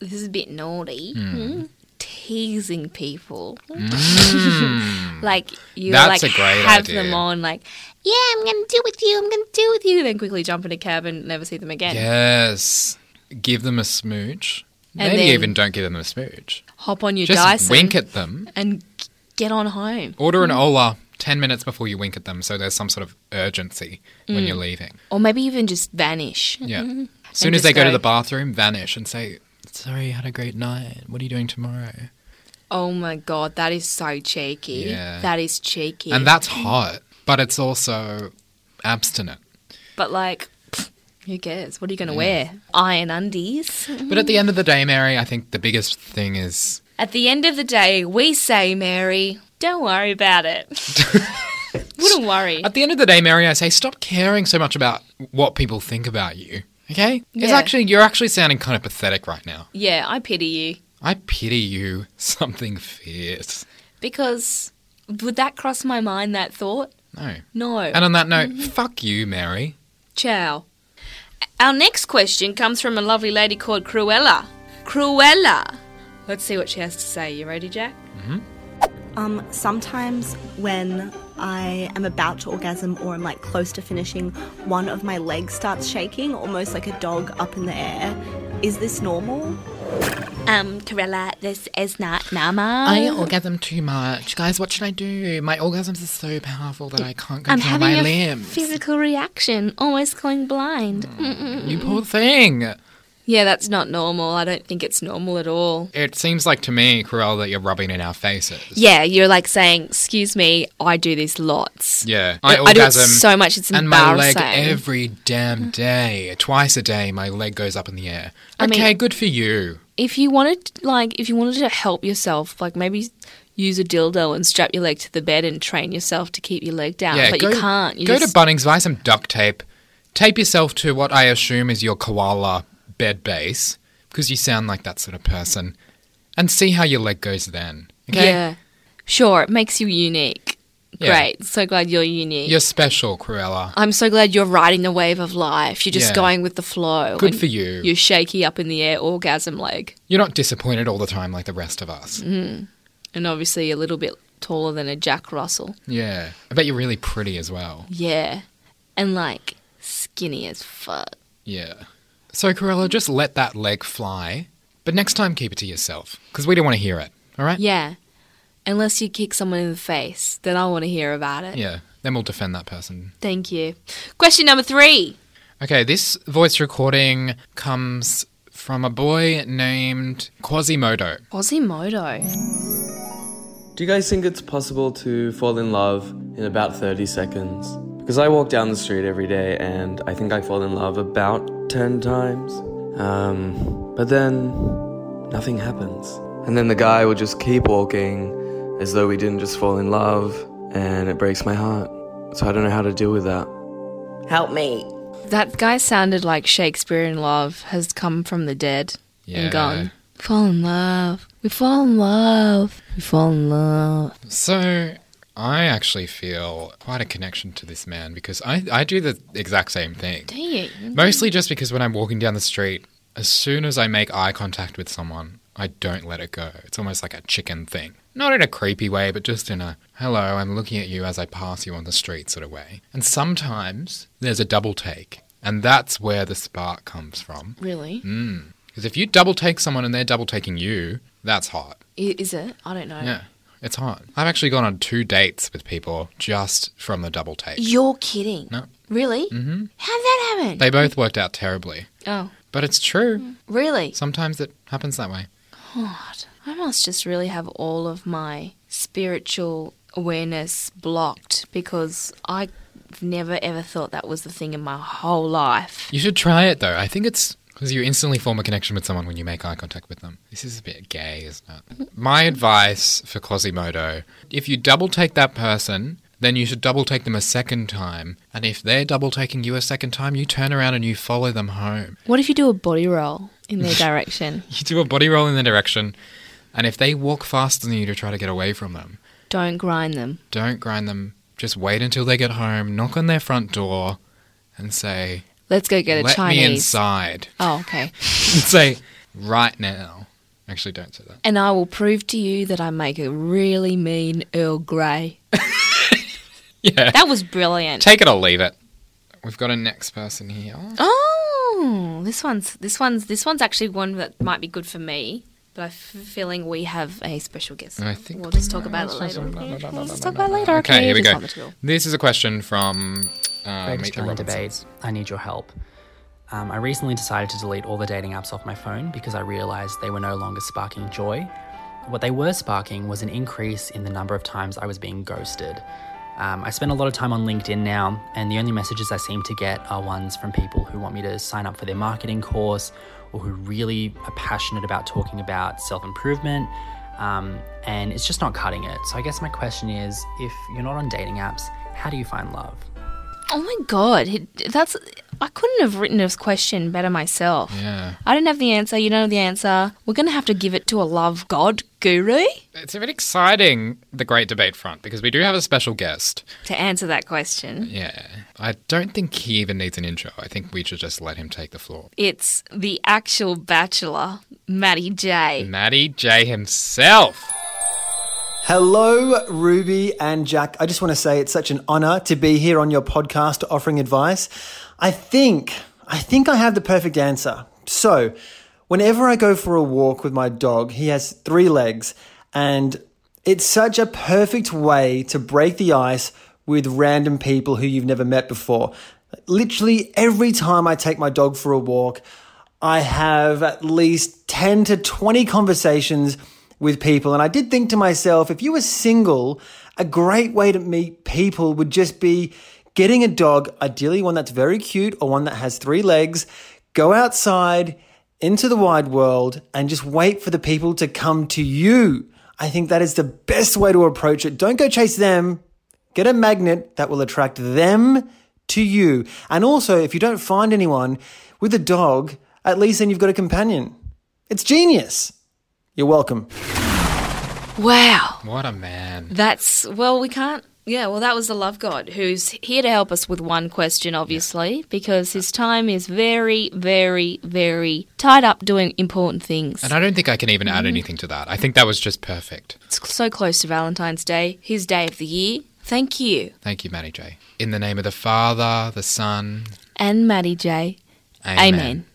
Speaker 2: This is a bit naughty.
Speaker 3: Mm.
Speaker 2: Hmm? Teasing people.
Speaker 3: Mm.
Speaker 2: like you
Speaker 3: That's
Speaker 2: like
Speaker 3: a great
Speaker 2: have
Speaker 3: idea.
Speaker 2: them on like, yeah, I'm gonna deal with you, I'm gonna deal with you, then quickly jump in a cab and never see them again.
Speaker 3: Yes. Give them a smooch.
Speaker 2: And
Speaker 3: Maybe
Speaker 2: then-
Speaker 3: even don't give them a smooch.
Speaker 2: Hop on your
Speaker 3: Just
Speaker 2: Dyson
Speaker 3: wink at them.
Speaker 2: and g- get on home.
Speaker 3: Order an Ola 10 minutes before you wink at them so there's some sort of urgency when
Speaker 2: Mm.
Speaker 3: you're leaving.
Speaker 2: Or maybe even just vanish.
Speaker 3: Yeah.
Speaker 2: And
Speaker 3: As soon as
Speaker 2: just
Speaker 3: they go, to the bathroom, vanish and say, Sorry, you had a great night. What are you doing tomorrow?
Speaker 2: Oh my god, that is so cheeky.
Speaker 3: Yeah.
Speaker 2: That is cheeky.
Speaker 3: And that's hot, but it's also abstinent.
Speaker 2: But like, who cares? What are you going to wear? Iron undies.
Speaker 3: But at the end of the day, Mary, I think the biggest thing is
Speaker 2: At the end of the day, we say, Mary, don't worry about it. Wouldn't worry.
Speaker 3: at the end of the day, Mary, I say, stop caring so much about what people think about you. Okay? It's
Speaker 2: Yeah.
Speaker 3: actually, you're actually sounding kind of pathetic right now.
Speaker 2: Yeah, I pity you
Speaker 3: I pity you something fierce.
Speaker 2: because would that cross my mind? That thought?
Speaker 3: No.
Speaker 2: No.
Speaker 3: And on that
Speaker 2: Mm-hmm.
Speaker 3: note, fuck you, Mary.
Speaker 2: Ciao. Our next question comes from a lovely lady called Cruella. Cruella. Let's see what she has to say. You ready, Jack?
Speaker 13: Um, sometimes when I am about to orgasm or I'm like close to finishing, one of my legs starts shaking, almost like a dog up in the air. Is this normal?
Speaker 2: Um, Cruella, this is not normal.
Speaker 3: I orgasm too much. Guys, what should I do? My orgasms are so powerful that I can't
Speaker 2: I'm
Speaker 3: control
Speaker 2: having
Speaker 3: my
Speaker 2: a
Speaker 3: limbs.
Speaker 2: physical reaction, almost going blind. Mm-mm.
Speaker 3: you poor thing.
Speaker 2: Yeah, that's not normal. I don't think it's normal at all.
Speaker 3: It seems like to me, Cruella, that you're rubbing in our faces.
Speaker 2: Yeah, you're like saying, "Excuse me, I do this lots."
Speaker 3: Yeah.
Speaker 2: I, do it so much. It's
Speaker 3: and my leg
Speaker 2: embarrassing.
Speaker 3: every damn day. Twice a day, my leg goes up in the air.
Speaker 2: I mean-
Speaker 3: okay, good for you.
Speaker 2: if you wanted, like, if you wanted to help yourself, like maybe use a dildo and strap your leg to the bed and train yourself to keep your leg down.
Speaker 3: yeah,
Speaker 2: but
Speaker 3: go,
Speaker 2: you can't. You
Speaker 3: go
Speaker 2: just,
Speaker 3: to Bunnings, buy some duct tape, tape yourself to what I assume is your koala bed base, because you sound like that sort of person, and see how your leg goes then. Okay?
Speaker 2: Yeah, sure. It makes you unique.
Speaker 3: Yeah.
Speaker 2: Great. So glad you're unique.
Speaker 3: You're special, Cruella.
Speaker 2: I'm so glad you're riding the wave of life. You're just
Speaker 3: Yeah.
Speaker 2: going with the flow.
Speaker 3: Good
Speaker 2: and
Speaker 3: for you.
Speaker 2: You're shaky up in the air orgasm leg.
Speaker 3: You're not disappointed all the time like the rest of us.
Speaker 2: Mm. And obviously a little bit taller than a Jack Russell.
Speaker 3: Yeah. I bet you're really pretty as well.
Speaker 2: Yeah. And like skinny as fuck.
Speaker 3: Yeah. So, Cruella, just let that leg fly, but next time keep it to yourself, because we don't want to hear it, all right?
Speaker 2: Yeah. Unless you kick someone in the face, then I want to hear about it.
Speaker 3: Yeah. Then we'll defend that person.
Speaker 2: Thank you. Question number three.
Speaker 3: Okay, this voice recording comes from a boy named Quasimodo.
Speaker 2: Quasimodo.
Speaker 14: Do you guys think it's possible to fall in love in about 30 seconds? Because I walk down the street every day and I think I fall in love about 10 times. Um, but then nothing happens. And then the guy will just keep walking as though we didn't just fall in love and it breaks my heart. So I don't know how to deal with that.
Speaker 2: Help me. That guy sounded like Shakespeare in love has come from the dead
Speaker 3: Yeah.
Speaker 2: and gone. Fall in love. We fall in love. We fall in love.
Speaker 3: So I actually feel quite a connection to this man because I, I do the exact same thing.
Speaker 2: Do you?
Speaker 3: Mostly just because when I'm walking down the street, as soon as I make eye contact with someone, I don't let it go. It's almost like a chicken thing. Not in a creepy way, but just in a hello, I'm looking at you as I pass you on the street sort of way. And sometimes there's a double take, and that's where the spark comes from.
Speaker 2: Really?
Speaker 3: Hmm? Because if you double take someone and they're double taking you, that's hot.
Speaker 2: I- Is it? I don't know.
Speaker 3: Yeah, it's hot. I've actually gone on two dates with people just from the double take.
Speaker 2: You're kidding.
Speaker 3: No.
Speaker 2: Really?
Speaker 3: hmm
Speaker 2: How'd that happen?
Speaker 3: They both worked out terribly,
Speaker 2: oh,
Speaker 3: but it's true.
Speaker 2: really?
Speaker 3: Sometimes it happens that way.
Speaker 2: God. I must just really have all of my spiritual awareness blocked because I've never ever thought that was the thing in my whole life.
Speaker 3: You should try it though. I think it's Because you instantly form a connection with someone when you make eye contact with them. This is a bit gay, isn't it? My advice for Quasimodo if you double take that person, then you should double take them a second time. And if they're double taking you a second time, you turn around and you follow them home.
Speaker 2: What if you do a body roll in their direction?
Speaker 3: You do a body roll in their direction, and if they walk faster than you to try to get away from them,
Speaker 2: Don't grind them.
Speaker 3: don't grind them. Just wait until they get home, knock on their front door, and say,
Speaker 2: Let's go get a
Speaker 3: Let
Speaker 2: Chinese.
Speaker 3: me inside.
Speaker 2: Oh, okay.
Speaker 3: and say, Right now. Actually, don't say that.
Speaker 2: And I will prove to you that I make a really mean Earl Grey.
Speaker 3: Yeah.
Speaker 2: That was brilliant.
Speaker 3: Take it or leave it. We've got a next person here.
Speaker 2: Oh, this one's this one's this one's actually one that might be good for me. But I'm feeling we have a special guest.
Speaker 3: I think-
Speaker 2: we'll just talk about it later. Okay, we'll just talk about it later. Okay,
Speaker 3: Okay, here we
Speaker 2: just
Speaker 3: go.
Speaker 2: not the tool.
Speaker 3: This is a question from uh,
Speaker 15: Greatest
Speaker 3: Meet the
Speaker 15: Challenge
Speaker 3: Robinsons.
Speaker 15: debate. I need your help. Um, I recently decided to delete all the dating apps off my phone because I realized they were no longer sparking joy. What they were sparking was an increase in the number of times I was being ghosted. Um, I spend a lot of time on LinkedIn now, and the only messages I seem to get are ones from people who want me to sign up for their marketing course or who really are passionate about talking about self improvement. Um, and it's just not cutting it. So I guess my question is if you're not on dating apps, how do you find love?
Speaker 2: Oh my god, it- that's I couldn't have written this question better myself.
Speaker 3: Yeah.
Speaker 2: I don't have the answer. You don't have the answer. We're gonna have to give it to a love god guru
Speaker 3: It's a bit exciting, the Great Debate Front, because we do have a special guest.
Speaker 2: to answer that question.
Speaker 3: Yeah. I don't think he even needs an intro. I think we should just let him take the floor.
Speaker 2: It's the actual bachelor, Matty J.
Speaker 3: Maddie J himself.
Speaker 16: Hello, Ruby and Jack. I just want to say it's such an honor to be here on your podcast offering advice. I think, I think I have the perfect answer. So, whenever I go for a walk with my dog, he has three legs, and it's such a perfect way to break the ice with random people who you've never met before. Literally every time I take my dog for a walk, I have at least 10 to 20 conversations with people. And I did think to myself, if you were single, a great way to meet people would just be getting a dog, ideally one that's very cute or one that has three legs, go outside into the wide world and just wait for the people to come to you. I think that is the best way to approach it. Don't go chase them. Get a magnet that will attract them to you. And also, if you don't find anyone with a dog, at least then you've got a companion. It's genius. You're welcome.
Speaker 2: Wow.
Speaker 3: What a man.
Speaker 2: That's well, we can't. Yeah, well, that was the love god who's here to help us with one question, obviously, because his time is very, very, very tied up doing important things.
Speaker 3: And I don't think I can even add anything to that. I think that was just perfect.
Speaker 2: It's so close to Valentine's Day, his day of the year. Thank you.
Speaker 3: Thank you, Maddie J. In the name of the Father, the Son,
Speaker 2: And Maddie J.
Speaker 3: Amen.
Speaker 2: Amen.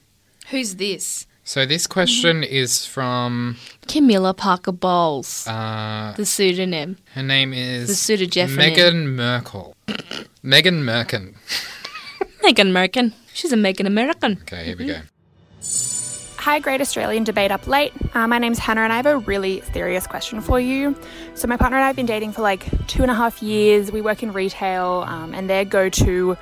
Speaker 2: Who's this?
Speaker 3: So this question is from
Speaker 2: Camilla Parker Bowles,
Speaker 3: uh,
Speaker 2: the pseudonym.
Speaker 3: her name is
Speaker 2: The pseudo-Jefferman.
Speaker 3: Megan Merkel. Megan Merkin.
Speaker 2: Megan American. She's a Megan American.
Speaker 3: Okay, here we go.
Speaker 7: Hi, Great Australian Debate Up Late. Uh, my name's Hannah, and I have a really serious question for you. So, my partner and I have been dating for like two and a half years. We work in retail, um, and their go to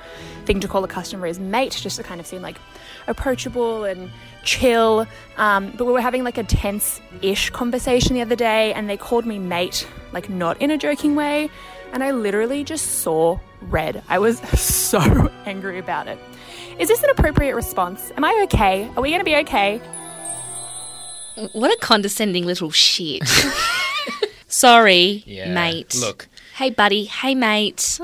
Speaker 7: thing to call a customer is mate, just to kind of seem like approachable and chill. Um, but we were having like a tense ish conversation the other day, and they called me mate, like not in a joking way. And I literally just saw red. I was so angry about it. Is this an appropriate response? Am I okay? Are we going to be okay?
Speaker 2: What a condescending little shit. Sorry,
Speaker 3: Yeah,
Speaker 2: mate.
Speaker 3: look.
Speaker 2: Hey, buddy. Hey, mate.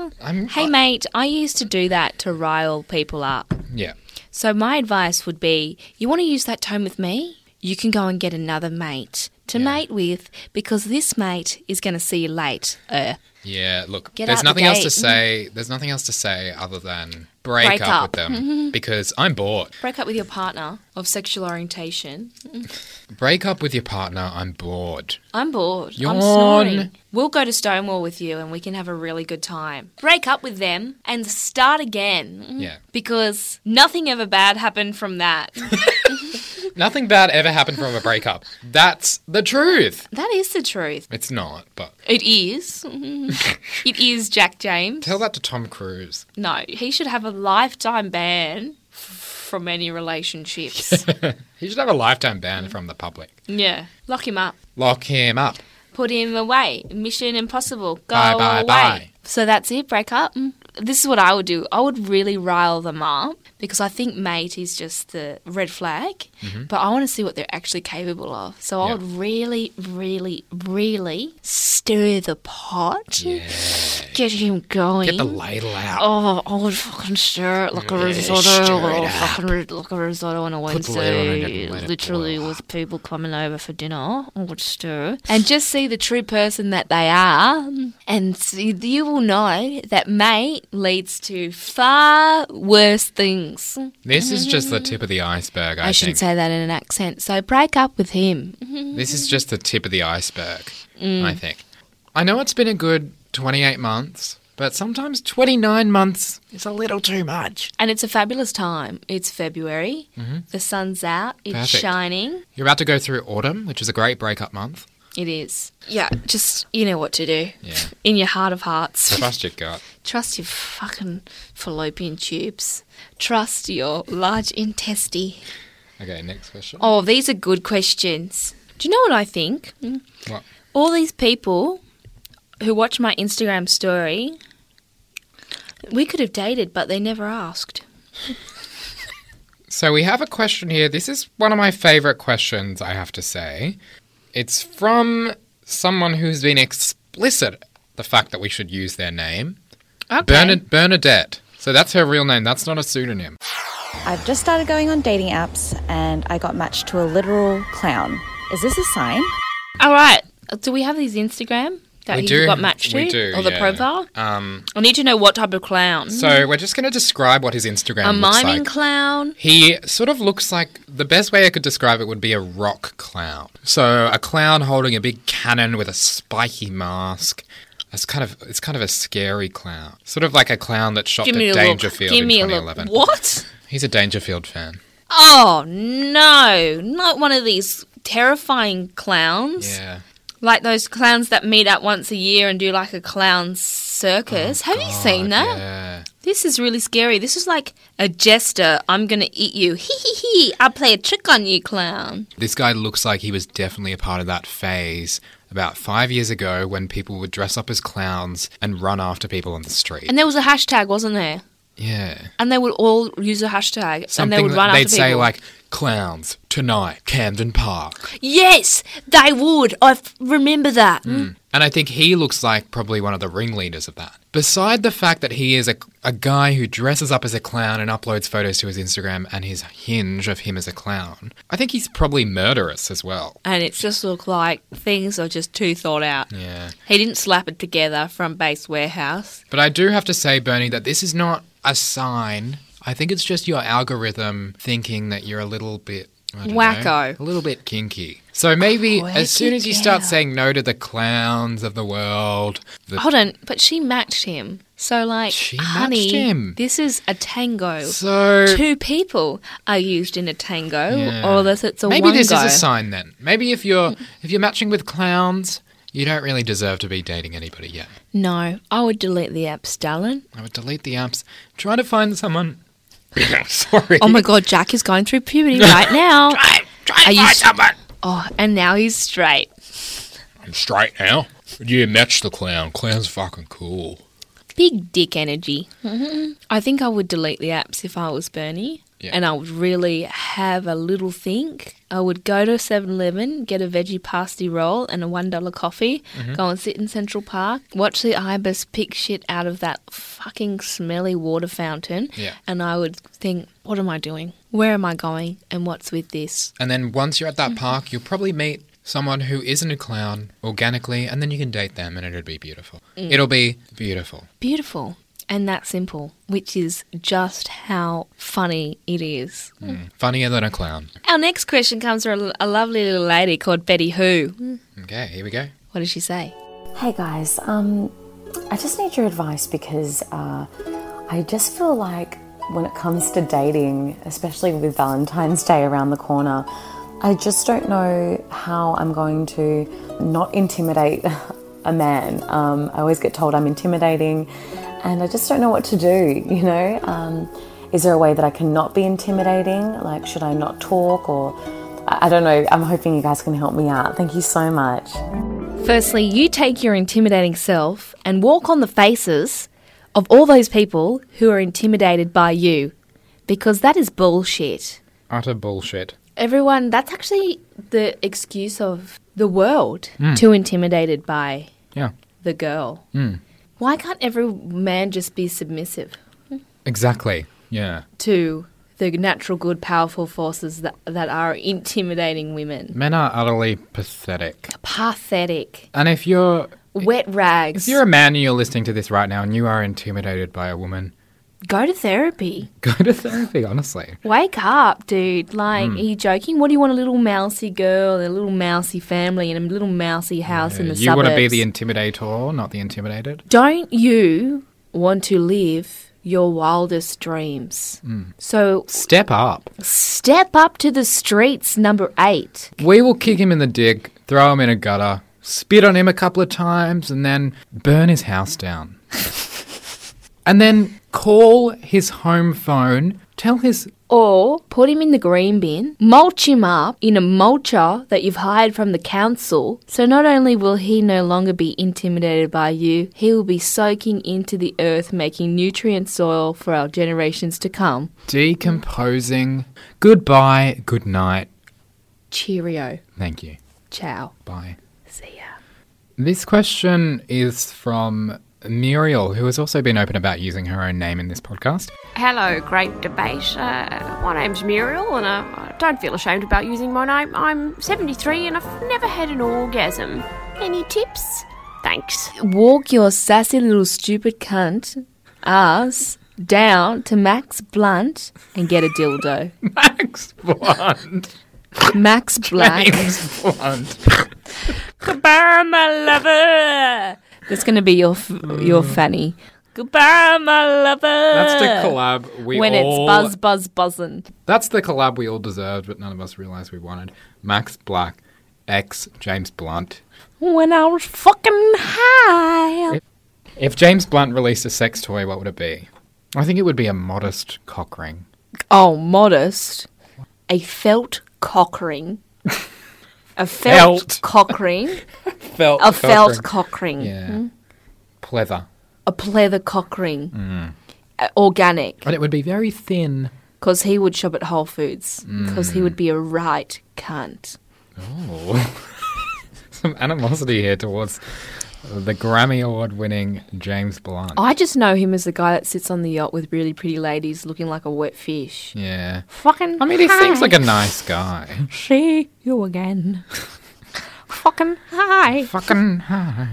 Speaker 2: hey, mate. I used to do that to rile people up.
Speaker 3: Yeah.
Speaker 2: So, my advice would be you want to use that tone with me? You can go and get another mate to mate with because this mate is going to see you late. Uh,
Speaker 3: Yeah, look,
Speaker 2: Get
Speaker 3: there's
Speaker 2: out the
Speaker 3: nothing else to
Speaker 2: gate.
Speaker 3: say. There's nothing else to say other than break,
Speaker 2: Break
Speaker 3: up,
Speaker 2: up.
Speaker 3: with them
Speaker 2: Mhm.
Speaker 3: because I'm bored.
Speaker 2: break up with your partner of sexual orientation.
Speaker 3: Break up with your partner. I'm bored.
Speaker 2: I'm bored. I'm
Speaker 3: Yawn.
Speaker 2: snoring. We'll go to Stonewall with you and we can have a really good time. Break up with them and start again.
Speaker 3: Yeah.
Speaker 2: Because nothing ever bad happened from that.
Speaker 3: Nothing bad ever happened from a breakup. That's the truth.
Speaker 2: that is the truth.
Speaker 3: It's not, but
Speaker 2: It is. it is Jack James.
Speaker 3: tell that to Tom Cruise.
Speaker 2: No, he should have a lifetime ban f- from any relationships.
Speaker 3: he should have a lifetime
Speaker 2: Mm.
Speaker 3: ban from the public.
Speaker 2: yeah. Lock him up.
Speaker 3: Lock him up.
Speaker 2: Put him away. Mission impossible. Go
Speaker 3: Bye, bye,
Speaker 2: away.
Speaker 3: bye.
Speaker 2: So that's it. Break up. Mm. This is what I would do. I would really rile them up because I think mate is just the red flag,
Speaker 17: Mhm.
Speaker 3: Mm-hmm.
Speaker 2: but I want to see what they're actually capable of. So I would really, really, really stir the pot. Get him going.
Speaker 3: Get the ladle out.
Speaker 2: Oh, I would fucking stir it like a
Speaker 3: Yeah,
Speaker 2: risotto,
Speaker 3: stir
Speaker 2: or
Speaker 3: it
Speaker 2: fucking ri- like a risotto on a
Speaker 3: Put the lid on it and
Speaker 2: Wednesday.
Speaker 3: let it
Speaker 2: Literally, with people coming over for dinner, I would stir and just see the true person that they are, and see, you will know that mate leads to far worse things.
Speaker 3: This is just the tip of the iceberg, I,
Speaker 2: I
Speaker 3: think.
Speaker 2: shouldn't say that in an accent. So break up with him.
Speaker 3: This is just the tip of the iceberg,
Speaker 2: Mm.
Speaker 3: I think. I know it's been a good 28 months, but sometimes 29 months is a little too much.
Speaker 2: And it's a fabulous time. It's February.
Speaker 3: Mhm.
Speaker 2: The sun's out. It's
Speaker 3: Perfect.
Speaker 2: shining.
Speaker 3: You're about to go through autumn, which is a great breakup month.
Speaker 2: It is. Yeah, just you know what to do.
Speaker 3: Yeah.
Speaker 2: In your heart of hearts.
Speaker 3: Trust your gut.
Speaker 2: Trust your fucking fallopian tubes. Trust your large intestine.
Speaker 3: Okay, next question.
Speaker 2: Oh, these are good questions. Do you know what I think? Mm.
Speaker 3: What?
Speaker 2: All these people who watch my Instagram story, we could have dated, but they never asked.
Speaker 3: So we have a question here. This is one of my favorite questions, I have to say. It's from someone who's been explicit the fact that we should use their name.
Speaker 18: Okay.
Speaker 3: Bernad- Bernadette. So that's her real name. That's not a pseudonym.
Speaker 18: I've just started going on dating apps and I got matched to a literal clown. Is this a sign?
Speaker 2: All right. Do we have these Instagram that
Speaker 3: we
Speaker 2: you
Speaker 3: do
Speaker 2: got matched
Speaker 3: we
Speaker 2: to?
Speaker 3: do,
Speaker 2: or the
Speaker 3: yeah.
Speaker 2: profile?
Speaker 3: Um,
Speaker 2: I need to know what type of clown.
Speaker 3: so we're just going to describe what his Instagram
Speaker 2: a
Speaker 3: looks
Speaker 2: miming
Speaker 3: like.
Speaker 2: clown.
Speaker 3: He sort of looks like the best way I could describe it would be a rock clown. So a clown holding a big cannon with a spiky mask. It's kind of it's kind of a scary clown. Sort of like a clown that shot
Speaker 2: Give
Speaker 3: at
Speaker 2: me a
Speaker 3: Dangerfield
Speaker 2: look. Give
Speaker 3: in
Speaker 2: me a look.
Speaker 3: 2011.
Speaker 2: What?
Speaker 3: He's a Dangerfield fan.
Speaker 2: Oh no! Not one of these terrifying clowns.
Speaker 3: Yeah.
Speaker 2: Like those clowns that meet up once a year and do like a clown circus. Have you seen that?
Speaker 3: Oh, Yeah.
Speaker 2: This is really scary. This is like a jester. I'm gonna eat you. Hee hee hee! I'll play a trick on you, clown.
Speaker 3: This guy looks like he was definitely a part of that phase about 5 years ago when people would dress up as clowns and run after people on the street.
Speaker 2: And there was a hashtag, wasn't there?
Speaker 3: yeah.
Speaker 2: And they would all use a hashtag,
Speaker 3: Something
Speaker 2: and they would
Speaker 3: that
Speaker 2: run
Speaker 3: they'd
Speaker 2: after
Speaker 3: say
Speaker 2: people.
Speaker 3: like clowns tonight Camden Park.
Speaker 2: Yes, they would. I f- remember that.
Speaker 3: And I think he looks like probably one of the ringleaders of that. Beside the fact that he is a, a guy who dresses up as a clown and uploads photos to his Instagram and his hinge of him as a clown, I think he's probably murderous as well.
Speaker 2: And it just looked like things are just too thought out.
Speaker 3: Yeah.
Speaker 2: He didn't slap it together from base warehouse.
Speaker 3: But I do have to say, Bernie, that this is not a sign. I think it's just your algorithm thinking that you're a little bit I don't know,
Speaker 2: Wacko.
Speaker 3: a little bit kinky. So maybe as soon as you start saying no to the clowns of the world, the
Speaker 2: Hold on, but she matched him. So like, honey,
Speaker 3: matched him.
Speaker 2: this is a tango.
Speaker 3: So-
Speaker 2: two people are used in a tango,
Speaker 3: Yeah.
Speaker 2: or this it's a
Speaker 3: maybe
Speaker 2: one
Speaker 3: this is a sign then. Maybe if you're if you're matching with clowns, you don't really deserve to be dating anybody yet.
Speaker 2: No, I would delete the app, Stalin.
Speaker 3: I would delete the apps. Try to find someone. Sorry.
Speaker 2: Oh my god, Jack is going through puberty right now. try,
Speaker 3: try to find someone.
Speaker 2: Oh, and now he's straight.
Speaker 3: I'm straight now. You match the clown. Clown's fucking cool.
Speaker 2: Big dick energy. I think I would delete the apps if I was Bernie.
Speaker 3: Yeah.
Speaker 2: And I would really have a little think. I would go to 7 Eleven, get a veggie pasty roll and a $1 coffee,
Speaker 3: Mm-hmm.
Speaker 17: Mhm.
Speaker 2: go and sit in Central Park, watch the ibis pick shit out of that fucking smelly water fountain.
Speaker 3: Yeah.
Speaker 2: And I would think, what am I doing? Where am I going? And what's with this?
Speaker 3: And then once you're at
Speaker 2: Mm-hmm.
Speaker 3: that park, you'll probably meet someone who isn't a clown organically, and then you can date them, and it'll be beautiful.
Speaker 2: Mm.
Speaker 3: It'll be beautiful.
Speaker 2: Beautiful. And that simple, which is just how funny it is.
Speaker 3: Mm. Funnier than a clown.
Speaker 2: Our next question comes from a lovely little lady called Betty Who.
Speaker 3: Okay, here we go.
Speaker 2: What did she say?
Speaker 19: Hey guys, um, I just need your advice because uh, I just feel like when it comes to dating, especially with Valentine's Day around the corner, I just don't know how I'm going to not intimidate a man. Um, I always get told I'm intimidating, and I just don't know what to do, you know? Um, Is there a way that I can not be intimidating? Like, should I not talk? Or I I don't know. I'm hoping you guys can help me out. Thank you so much.
Speaker 2: Firstly, you take your intimidating self and walk on the faces of all those people who are intimidated by you because that is bullshit.
Speaker 3: Utter bullshit.
Speaker 2: Everyone, that's actually the excuse of the world
Speaker 3: Mm.
Speaker 2: too intimidated by
Speaker 3: Yeah.
Speaker 2: the girl.
Speaker 3: Mm.
Speaker 2: Why can't every man just be submissive
Speaker 3: Exactly. Yeah.
Speaker 2: to the natural good powerful forces that, that are intimidating women?
Speaker 3: Men are utterly pathetic.
Speaker 2: Pathetic.
Speaker 3: And if you're
Speaker 2: Wet rags.
Speaker 3: if you're a man and you're listening to this right now and you are intimidated by a woman,
Speaker 2: Go to therapy.
Speaker 3: go to therapy, honestly.
Speaker 2: Wake up, dude. Like,
Speaker 3: Mm.
Speaker 2: are you joking? What do you want a little mousy girl and a little mousy family and a little mousy house in the
Speaker 3: you
Speaker 2: suburbs?
Speaker 3: want to be the intimidator, not the intimidated.
Speaker 2: Don't you want to live your wildest dreams?
Speaker 3: Mm.
Speaker 2: So
Speaker 3: Step up.
Speaker 2: step up to the streets, number eight.
Speaker 3: We will kick him in the dick, throw him in a gutter, spit on him a couple of times, and then burn his house down. and then call his home phone, tell his.
Speaker 2: Or put him in the green bin, mulch him up in a mulcher that you've hired from the council. So not only will he no longer be intimidated by you, he will be soaking into the earth, making nutrient soil for our generations to come.
Speaker 3: Decomposing. Goodbye, good night.
Speaker 2: Cheerio.
Speaker 3: Thank you.
Speaker 2: Ciao.
Speaker 3: Bye.
Speaker 2: See ya.
Speaker 3: This question is from Muriel, who has also been open about using her own name in this podcast.
Speaker 17: Hello, great debate. Uh, my name's Muriel, and I, I don't feel ashamed about using my name. I'm 73 and I've never had an orgasm. Any tips? Thanks.
Speaker 2: Walk your sassy little stupid cunt ass down to Max Blunt and get a dildo.
Speaker 3: Max Blunt.
Speaker 2: Max Black.
Speaker 3: James Blunt.
Speaker 2: Goodbye, my lover. That's gonna be your f- your fanny. Goodbye, my lover.
Speaker 3: Mm. That's the collab we
Speaker 2: when it's
Speaker 3: all-
Speaker 2: buzz, buzz, buzzing.
Speaker 3: That's the collab we all deserved, but none of us realised we wanted. Max Black, ex James Blunt.
Speaker 2: When I was fucking high.
Speaker 3: If James Blunt released a sex toy, what would it be? I think it would be a modest cock ring.
Speaker 2: Oh, modest. A felt cock ring. A felt,
Speaker 3: Felt.
Speaker 2: cock ring.
Speaker 3: Felt
Speaker 2: a
Speaker 3: cock
Speaker 2: felt
Speaker 3: ring.
Speaker 2: cock ring.
Speaker 3: Yeah.
Speaker 2: Hmm?
Speaker 3: Pleather.
Speaker 2: A pleather cock ring.
Speaker 3: Mm.
Speaker 2: Uh, organic.
Speaker 3: But it would be very thin.
Speaker 2: Because he would shop at Whole Foods. Because
Speaker 3: Mm.
Speaker 2: he would be a right cunt.
Speaker 3: Oh. Some animosity here towards the Grammy Award winning James Blunt.
Speaker 2: I just know him as the guy that sits on the yacht with really pretty ladies looking like a wet fish.
Speaker 3: Yeah.
Speaker 2: Fucking.
Speaker 3: I mean, he
Speaker 2: hi.
Speaker 3: seems like a nice guy.
Speaker 2: See you again. Fucking hi.
Speaker 3: Fucking hi.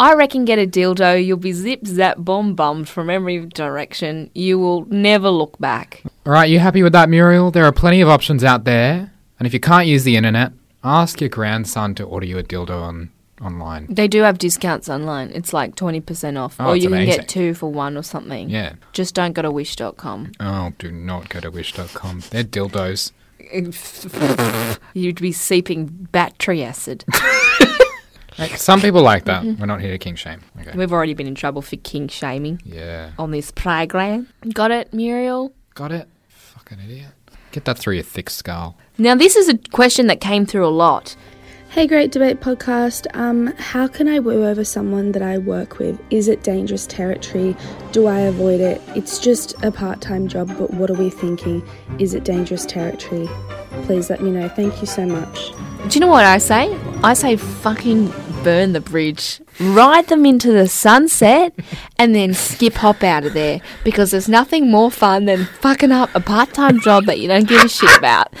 Speaker 2: I reckon get a dildo, you'll be zip zap bomb bummed from every direction. You will never look back.
Speaker 3: All right, you happy with that, Muriel? There are plenty of options out there, and if you can't use the internet, ask your grandson to order you a dildo on online.
Speaker 2: They do have discounts online. It's like 20% off.
Speaker 3: Oh,
Speaker 2: or
Speaker 3: it's
Speaker 2: you can
Speaker 3: amazing.
Speaker 2: get two for one or something.
Speaker 3: Yeah.
Speaker 2: Just don't go to wish.com.
Speaker 3: Oh, do not go to wish.com. They're dildos.
Speaker 2: You'd be seeping battery acid.
Speaker 3: Like, Some people like that. We're not here to king shame. Okay.
Speaker 2: We've already been in trouble for king shaming.
Speaker 3: Yeah.
Speaker 2: On this playground. Got it, Muriel?
Speaker 3: Got it. Fucking idiot. Get that through your thick skull.
Speaker 2: Now, this is a question that came through a lot.
Speaker 20: Hey, Great Debate Podcast. Um, how can I woo over someone that I work with? Is it dangerous territory? Do I avoid it? It's just a part time job, but what are we thinking? Is it dangerous territory? Please let me know. Thank you so much.
Speaker 2: Do you know what I say? I say fucking burn the bridge. Ride them into the sunset and then skip hop out of there because there's nothing more fun than fucking up a part time job that you don't give a shit about.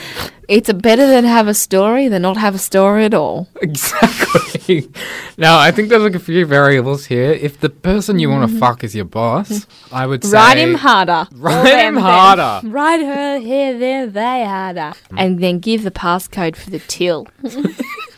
Speaker 2: It's better than have a story than not have a story at all.
Speaker 3: Exactly. now, I think there's like a few variables here. If the person you want to fuck is your boss, I would say.
Speaker 2: Ride him harder.
Speaker 3: Ride
Speaker 2: Or
Speaker 3: him
Speaker 2: them,
Speaker 3: harder. Mm.
Speaker 2: them. Ride her here, there, they harder. And then give the passcode for the till.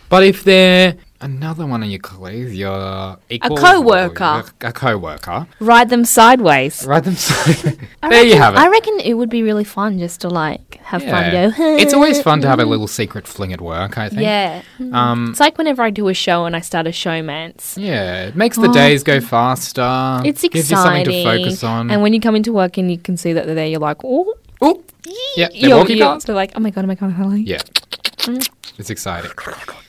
Speaker 3: But if they're another one of your colleagues, your equal
Speaker 2: co-worker.
Speaker 3: a co-worker,
Speaker 2: Ride them sideways.
Speaker 3: write them. so-
Speaker 2: I
Speaker 3: there you
Speaker 2: reckon-
Speaker 3: have it.
Speaker 2: I reckon it would be really fun just to like have
Speaker 3: Yeah.
Speaker 2: fun. Go.
Speaker 3: it's always fun to have a little secret fling at work, I think.
Speaker 2: Yeah.
Speaker 3: Um,
Speaker 2: It's like whenever I do a show and I start a showmance.
Speaker 3: yeah, it makes the
Speaker 2: Oh.
Speaker 3: days go faster.
Speaker 2: It's exciting.
Speaker 3: Gives you something to focus on.
Speaker 2: And when you come into work and you can see that they're there, you're like, oh,
Speaker 3: oh, yeah, they're
Speaker 2: you're,
Speaker 3: walking
Speaker 2: you're-
Speaker 3: past.
Speaker 2: They're like, oh my god, oh my god, hello.
Speaker 3: Yeah.
Speaker 2: Mm.
Speaker 3: It's exciting.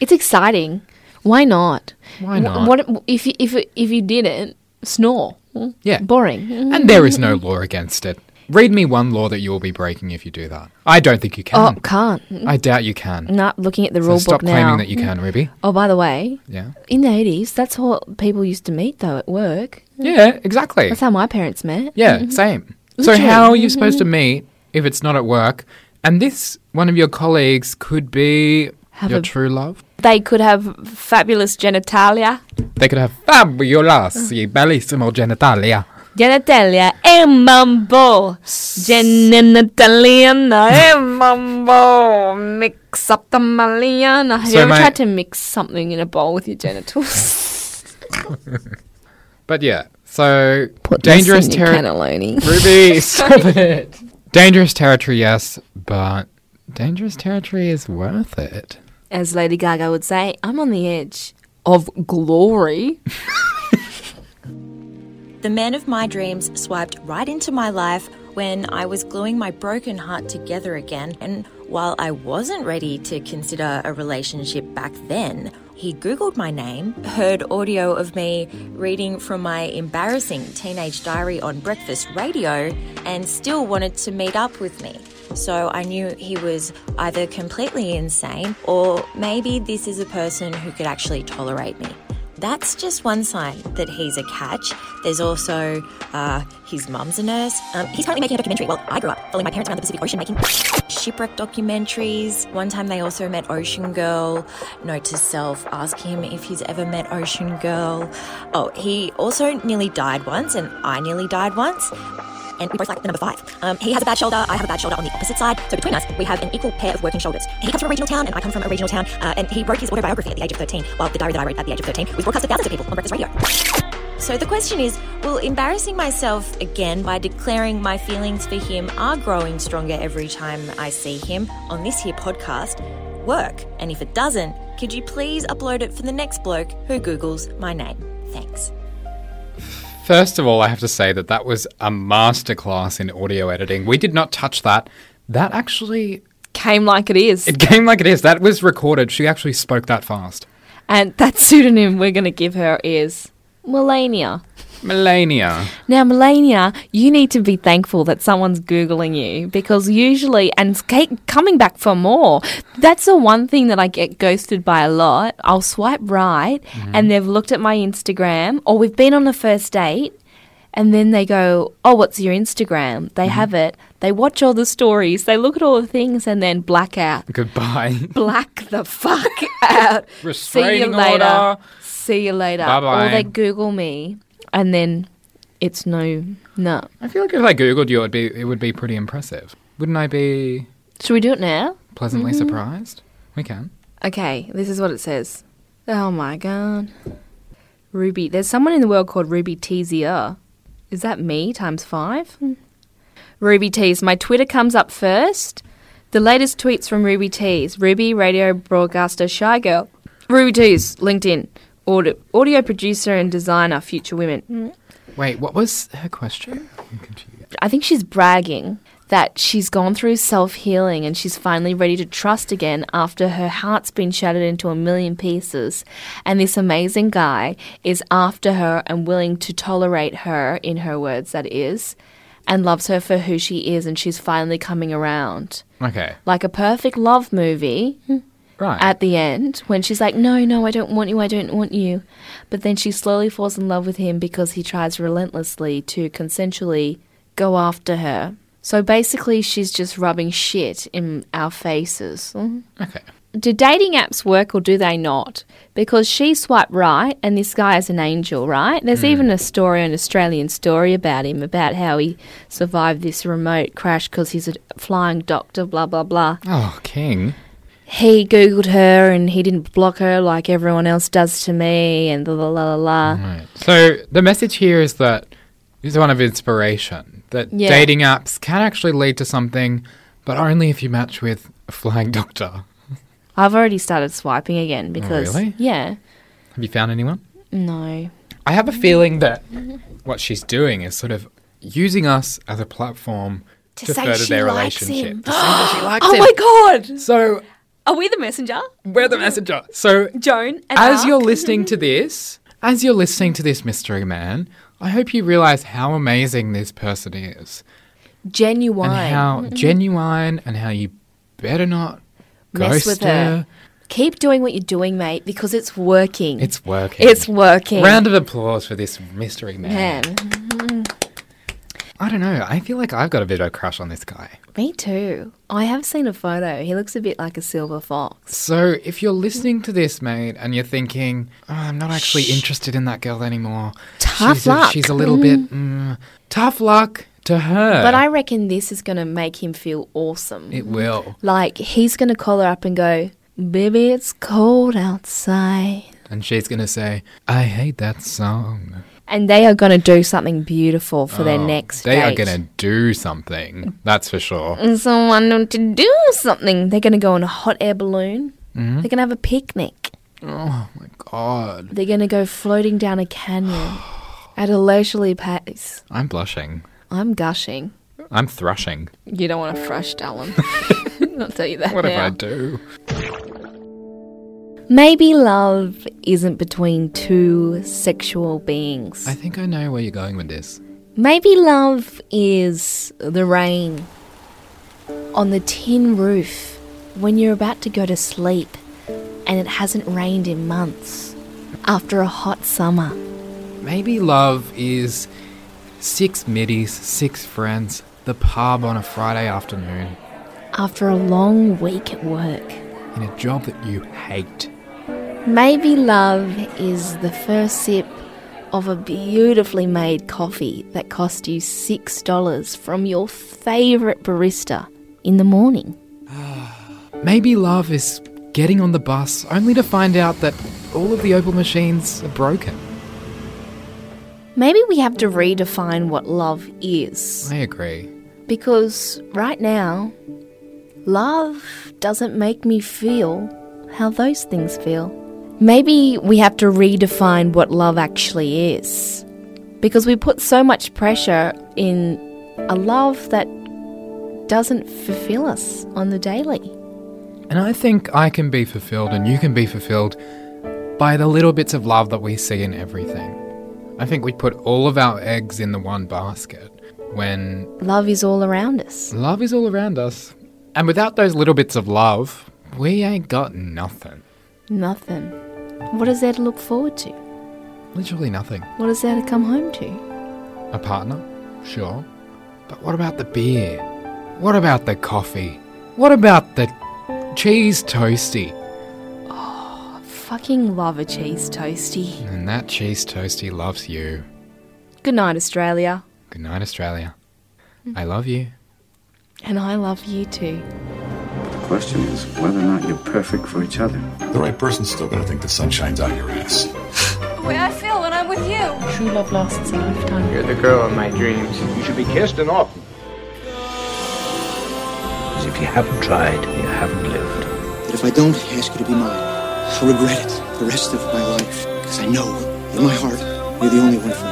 Speaker 2: It's exciting. Why not?
Speaker 3: Why
Speaker 2: Wh-
Speaker 3: not?
Speaker 2: What if you, if if you didn't snore?
Speaker 3: Yeah.
Speaker 2: boring.
Speaker 3: And there is no law against it. Read me one law that you will be breaking if you do that. I don't think you
Speaker 2: Oh,
Speaker 3: can.
Speaker 2: can't.
Speaker 3: I doubt you can.
Speaker 2: Not looking at the
Speaker 3: Hmm. So
Speaker 2: rule
Speaker 3: stop
Speaker 2: book now.
Speaker 3: claiming that you can, Ruby.
Speaker 2: Oh, by the way,
Speaker 3: Yeah.
Speaker 2: in the eighties, that's what people used to meet though at work.
Speaker 3: Yeah, exactly.
Speaker 2: That's how my parents met.
Speaker 3: Yeah, same. So
Speaker 2: Mm-hmm. Literally. Mm-hmm.
Speaker 3: how are you supposed to meet if it's not at work? And this one of your colleagues could be
Speaker 2: Have
Speaker 3: your
Speaker 2: a-
Speaker 3: true love.
Speaker 2: They could have fabulous genitalia,
Speaker 3: They could have fabulous,
Speaker 2: Uh.
Speaker 3: bellissimo genitalia.
Speaker 2: genitalia e mambo, genitaliana e mambo. Mix up the maliana. Have
Speaker 3: So
Speaker 2: you ever
Speaker 3: my-
Speaker 2: tried to mix something in a bowl with your genitals?
Speaker 3: But yeah, so
Speaker 2: Put this
Speaker 3: dangerous
Speaker 2: in your
Speaker 3: territory.
Speaker 2: cannelloni.
Speaker 3: Ruby, stop
Speaker 2: Sorry.
Speaker 3: it. Dangerous territory, yes, but dangerous territory is worth it.
Speaker 2: As Lady Gaga would say, I'm on the edge of glory.
Speaker 21: The man of my dreams swiped right into my life when I was gluing my broken heart together again. And while I wasn't ready to consider a relationship back then, he Googled my name, heard audio of me reading from my embarrassing teenage diary on breakfast radio, and still wanted to meet up with me. So I knew he was either completely insane or maybe this is a person who could actually tolerate me. That's just one sign that he's a catch. There's also uh, his mum's a nurse. Um, he's currently making a documentary. Well, I grew up following my parents around the Pacific Ocean making shipwreck documentaries. One time they also met Ocean Girl. Note to self, ask him if he's ever met Ocean Girl. Oh, he also nearly died once, and I nearly died once. And we both like the number five. Um, he has a bad shoulder. I have a bad shoulder on the opposite side. So between us, we have an equal pair of working shoulders. He comes from a regional town, and I come from a regional town. Uh, and he wrote his autobiography at the age of 13, while the diary that I wrote at the age of 13 was broadcast to thousands of people on breakfast radio. So the question is Will embarrassing myself again by declaring my feelings for him are growing stronger every time I see him on this here podcast work? And if it doesn't, could you please upload it for the next bloke who Googles my name? Thanks.
Speaker 3: First of all, I have to say that that was a masterclass in audio editing. We did not touch that. That actually
Speaker 2: Came like it is.
Speaker 3: it came like it is. That was recorded. She actually spoke that fast.
Speaker 2: And that pseudonym we're going to give her is Melania.
Speaker 3: Melania.
Speaker 2: Now, Melania, you need to be thankful that someone's Googling you because usually, and it's ca- coming back for more, that's the one thing that I get ghosted by a lot. I'll swipe right
Speaker 3: Mm-hmm.
Speaker 2: and they've looked at my Instagram or we've been on a first date and then they go, Oh, what's your Instagram?
Speaker 3: Mm-hmm.
Speaker 2: They have it. They watch all the stories, they look at all the things and then black out.
Speaker 3: Goodbye.
Speaker 2: Black the fuck out. See you
Speaker 3: Restraining
Speaker 2: later.
Speaker 3: order.
Speaker 2: See you later.
Speaker 3: Bye-bye.
Speaker 2: Or they Google me and then it's no, no.
Speaker 3: I feel like if I googled you, it'd be it would be pretty impressive. Wouldn't I be
Speaker 2: Should we do it now?
Speaker 3: pleasantly
Speaker 2: Mhm.
Speaker 3: surprised? We can.
Speaker 2: Okay, this is what it says. Oh my god. Ruby. There's someone in the world called Ruby Teasier. Is that me times five? Ruby Tease. My Twitter comes up first. The latest tweets from Ruby Tease. Ruby, radio broadcaster, shy girl. Ruby Tease, LinkedIn. Audio, audio producer and designer, future women.
Speaker 3: Wait, what was her question? I'm confused.
Speaker 2: I think she's bragging that she's gone through self healing and she's finally ready to trust again after her heart's been shattered into a million pieces. And this amazing guy is after her and willing to tolerate her, in her words, that is, and loves her for who she is. And she's finally coming around.
Speaker 3: Okay.
Speaker 2: Like a perfect love movie.
Speaker 3: Right.
Speaker 2: At the end, when she's like, No, no, I don't want you, I don't want you. But then she slowly falls in love with him because he tries relentlessly to consensually go after her. So basically, she's just rubbing shit in our faces.
Speaker 3: Okay.
Speaker 2: Do dating apps work or do they not? Because she swiped right and this guy is an angel, right? There's even a story, an Australian story about him, about how he survived this remote crash because he's a flying doctor, blah, blah, blah
Speaker 3: Oh, King.
Speaker 2: he googled her and he didn't block her like everyone else does to me and la la la la la.
Speaker 3: So the message here is that this is one of inspiration. That
Speaker 2: Yeah.
Speaker 3: dating apps can actually lead to something But only if you match with a flying doctor.
Speaker 2: I've already started swiping again because
Speaker 3: really?
Speaker 2: yeah,
Speaker 3: Have you found anyone?
Speaker 2: no,
Speaker 3: I have a feeling that
Speaker 2: Mm-hmm.
Speaker 3: what she's doing is sort of using us as a platform to,
Speaker 2: To say
Speaker 3: further
Speaker 2: she
Speaker 3: their
Speaker 2: likes
Speaker 3: relationship.
Speaker 2: him.
Speaker 3: To say that she likes
Speaker 2: Oh
Speaker 3: him.
Speaker 2: my god! Mm-hmm.
Speaker 3: So
Speaker 2: are we the messenger?
Speaker 3: We're the messenger. So
Speaker 2: Joan, and
Speaker 3: as
Speaker 2: Ark?
Speaker 3: you're listening to this, as you're listening to this mystery man, I hope you realize how amazing this person is,
Speaker 2: genuine,
Speaker 3: and how
Speaker 2: Mm-mm.
Speaker 3: genuine, and how you better not
Speaker 2: mess
Speaker 3: ghost
Speaker 2: with
Speaker 3: her.
Speaker 2: her. Keep doing what you're doing, mate, because it's working.
Speaker 3: It's working.
Speaker 2: It's working.
Speaker 3: Round of applause for this mystery man.
Speaker 2: man.
Speaker 3: I don't know. I feel like I've got a bit of a crush on this guy.
Speaker 2: Me too. I have seen a photo. He looks a bit like a silver fox.
Speaker 3: So if you're listening to this, mate, and you're thinking, oh, I'm not actually interested in that girl anymore.
Speaker 2: Tough
Speaker 3: she's
Speaker 2: luck.
Speaker 3: A, she's a little
Speaker 2: Mm.
Speaker 3: bit mm, tough luck to her.
Speaker 2: But I reckon this is going to make him feel awesome.
Speaker 3: It will.
Speaker 2: Like he's going to call her up and go, "Baby, it's cold outside."
Speaker 3: And she's going to say, I hate that song.
Speaker 2: And they are going to do something beautiful for their
Speaker 3: Oh,
Speaker 2: next
Speaker 3: They
Speaker 2: date.
Speaker 3: are going to do something. That's for sure.
Speaker 2: And someone want to do something. They're going to go on a hot air balloon.
Speaker 3: Mhm.
Speaker 2: They're going to have a picnic.
Speaker 3: Oh my God.
Speaker 2: They're going to go floating down a canyon at a leisurely pace.
Speaker 3: I'm blushing.
Speaker 2: I'm gushing.
Speaker 3: I'm thrushing.
Speaker 2: You don't want to thrush, Alan. I'll tell you that
Speaker 3: What if
Speaker 2: now.
Speaker 3: I do?
Speaker 2: Maybe love isn't between two sexual beings.
Speaker 3: I think I know where you're going with this.
Speaker 2: Maybe love is the rain on the tin roof when you're about to go to sleep and it hasn't rained in months after a hot summer.
Speaker 3: Maybe love is six middies, six friends, the pub on a Friday afternoon,
Speaker 2: After a long week at work,
Speaker 3: in a job that you hate.
Speaker 2: maybe love is the first sip of a beautifully made coffee that cost you $6 from your favourite barista in the morning.
Speaker 3: Maybe love is getting on the bus only to find out that all of the Opal machines are broken.
Speaker 2: Maybe we have to redefine what love is.
Speaker 3: I agree.
Speaker 2: Because right now, love doesn't make me feel how those things feel. Maybe we have to redefine what love actually is. Because we put so much pressure in a love that doesn't fulfill us on the daily.
Speaker 3: And I think I can be fulfilled and you can be fulfilled by the little bits of love that we see in everything. I think we put all of our eggs in the one basket when
Speaker 2: Love is all around us.
Speaker 3: love is all around us. And without those little bits of love, we ain't got nothing.
Speaker 2: Nothing. What is there to look forward to?
Speaker 3: Literally nothing.
Speaker 2: What is there to come home to?
Speaker 3: A partner? Sure. But what about the beer? What about the coffee? What about the cheese toasty?
Speaker 2: Fucking love a cheese toasty.
Speaker 3: And that cheese toasty loves you.
Speaker 2: Good night, Australia.
Speaker 3: Good night, Australia. I love you.
Speaker 2: And I love you too.
Speaker 22: The question is whether or not you're perfect for each other. The right person's still gonna think the sun shines out your ass.
Speaker 23: The way I feel when I'm with you.
Speaker 10: True love lasts a lifetime.
Speaker 14: You're the girl of my dreams. You should be kissed and often.
Speaker 24: If you haven't tried, you haven't lived.
Speaker 14: That if I don't ask you to be mine, I'll regret it the rest of my life. Because I know in my heart you're the only one for me.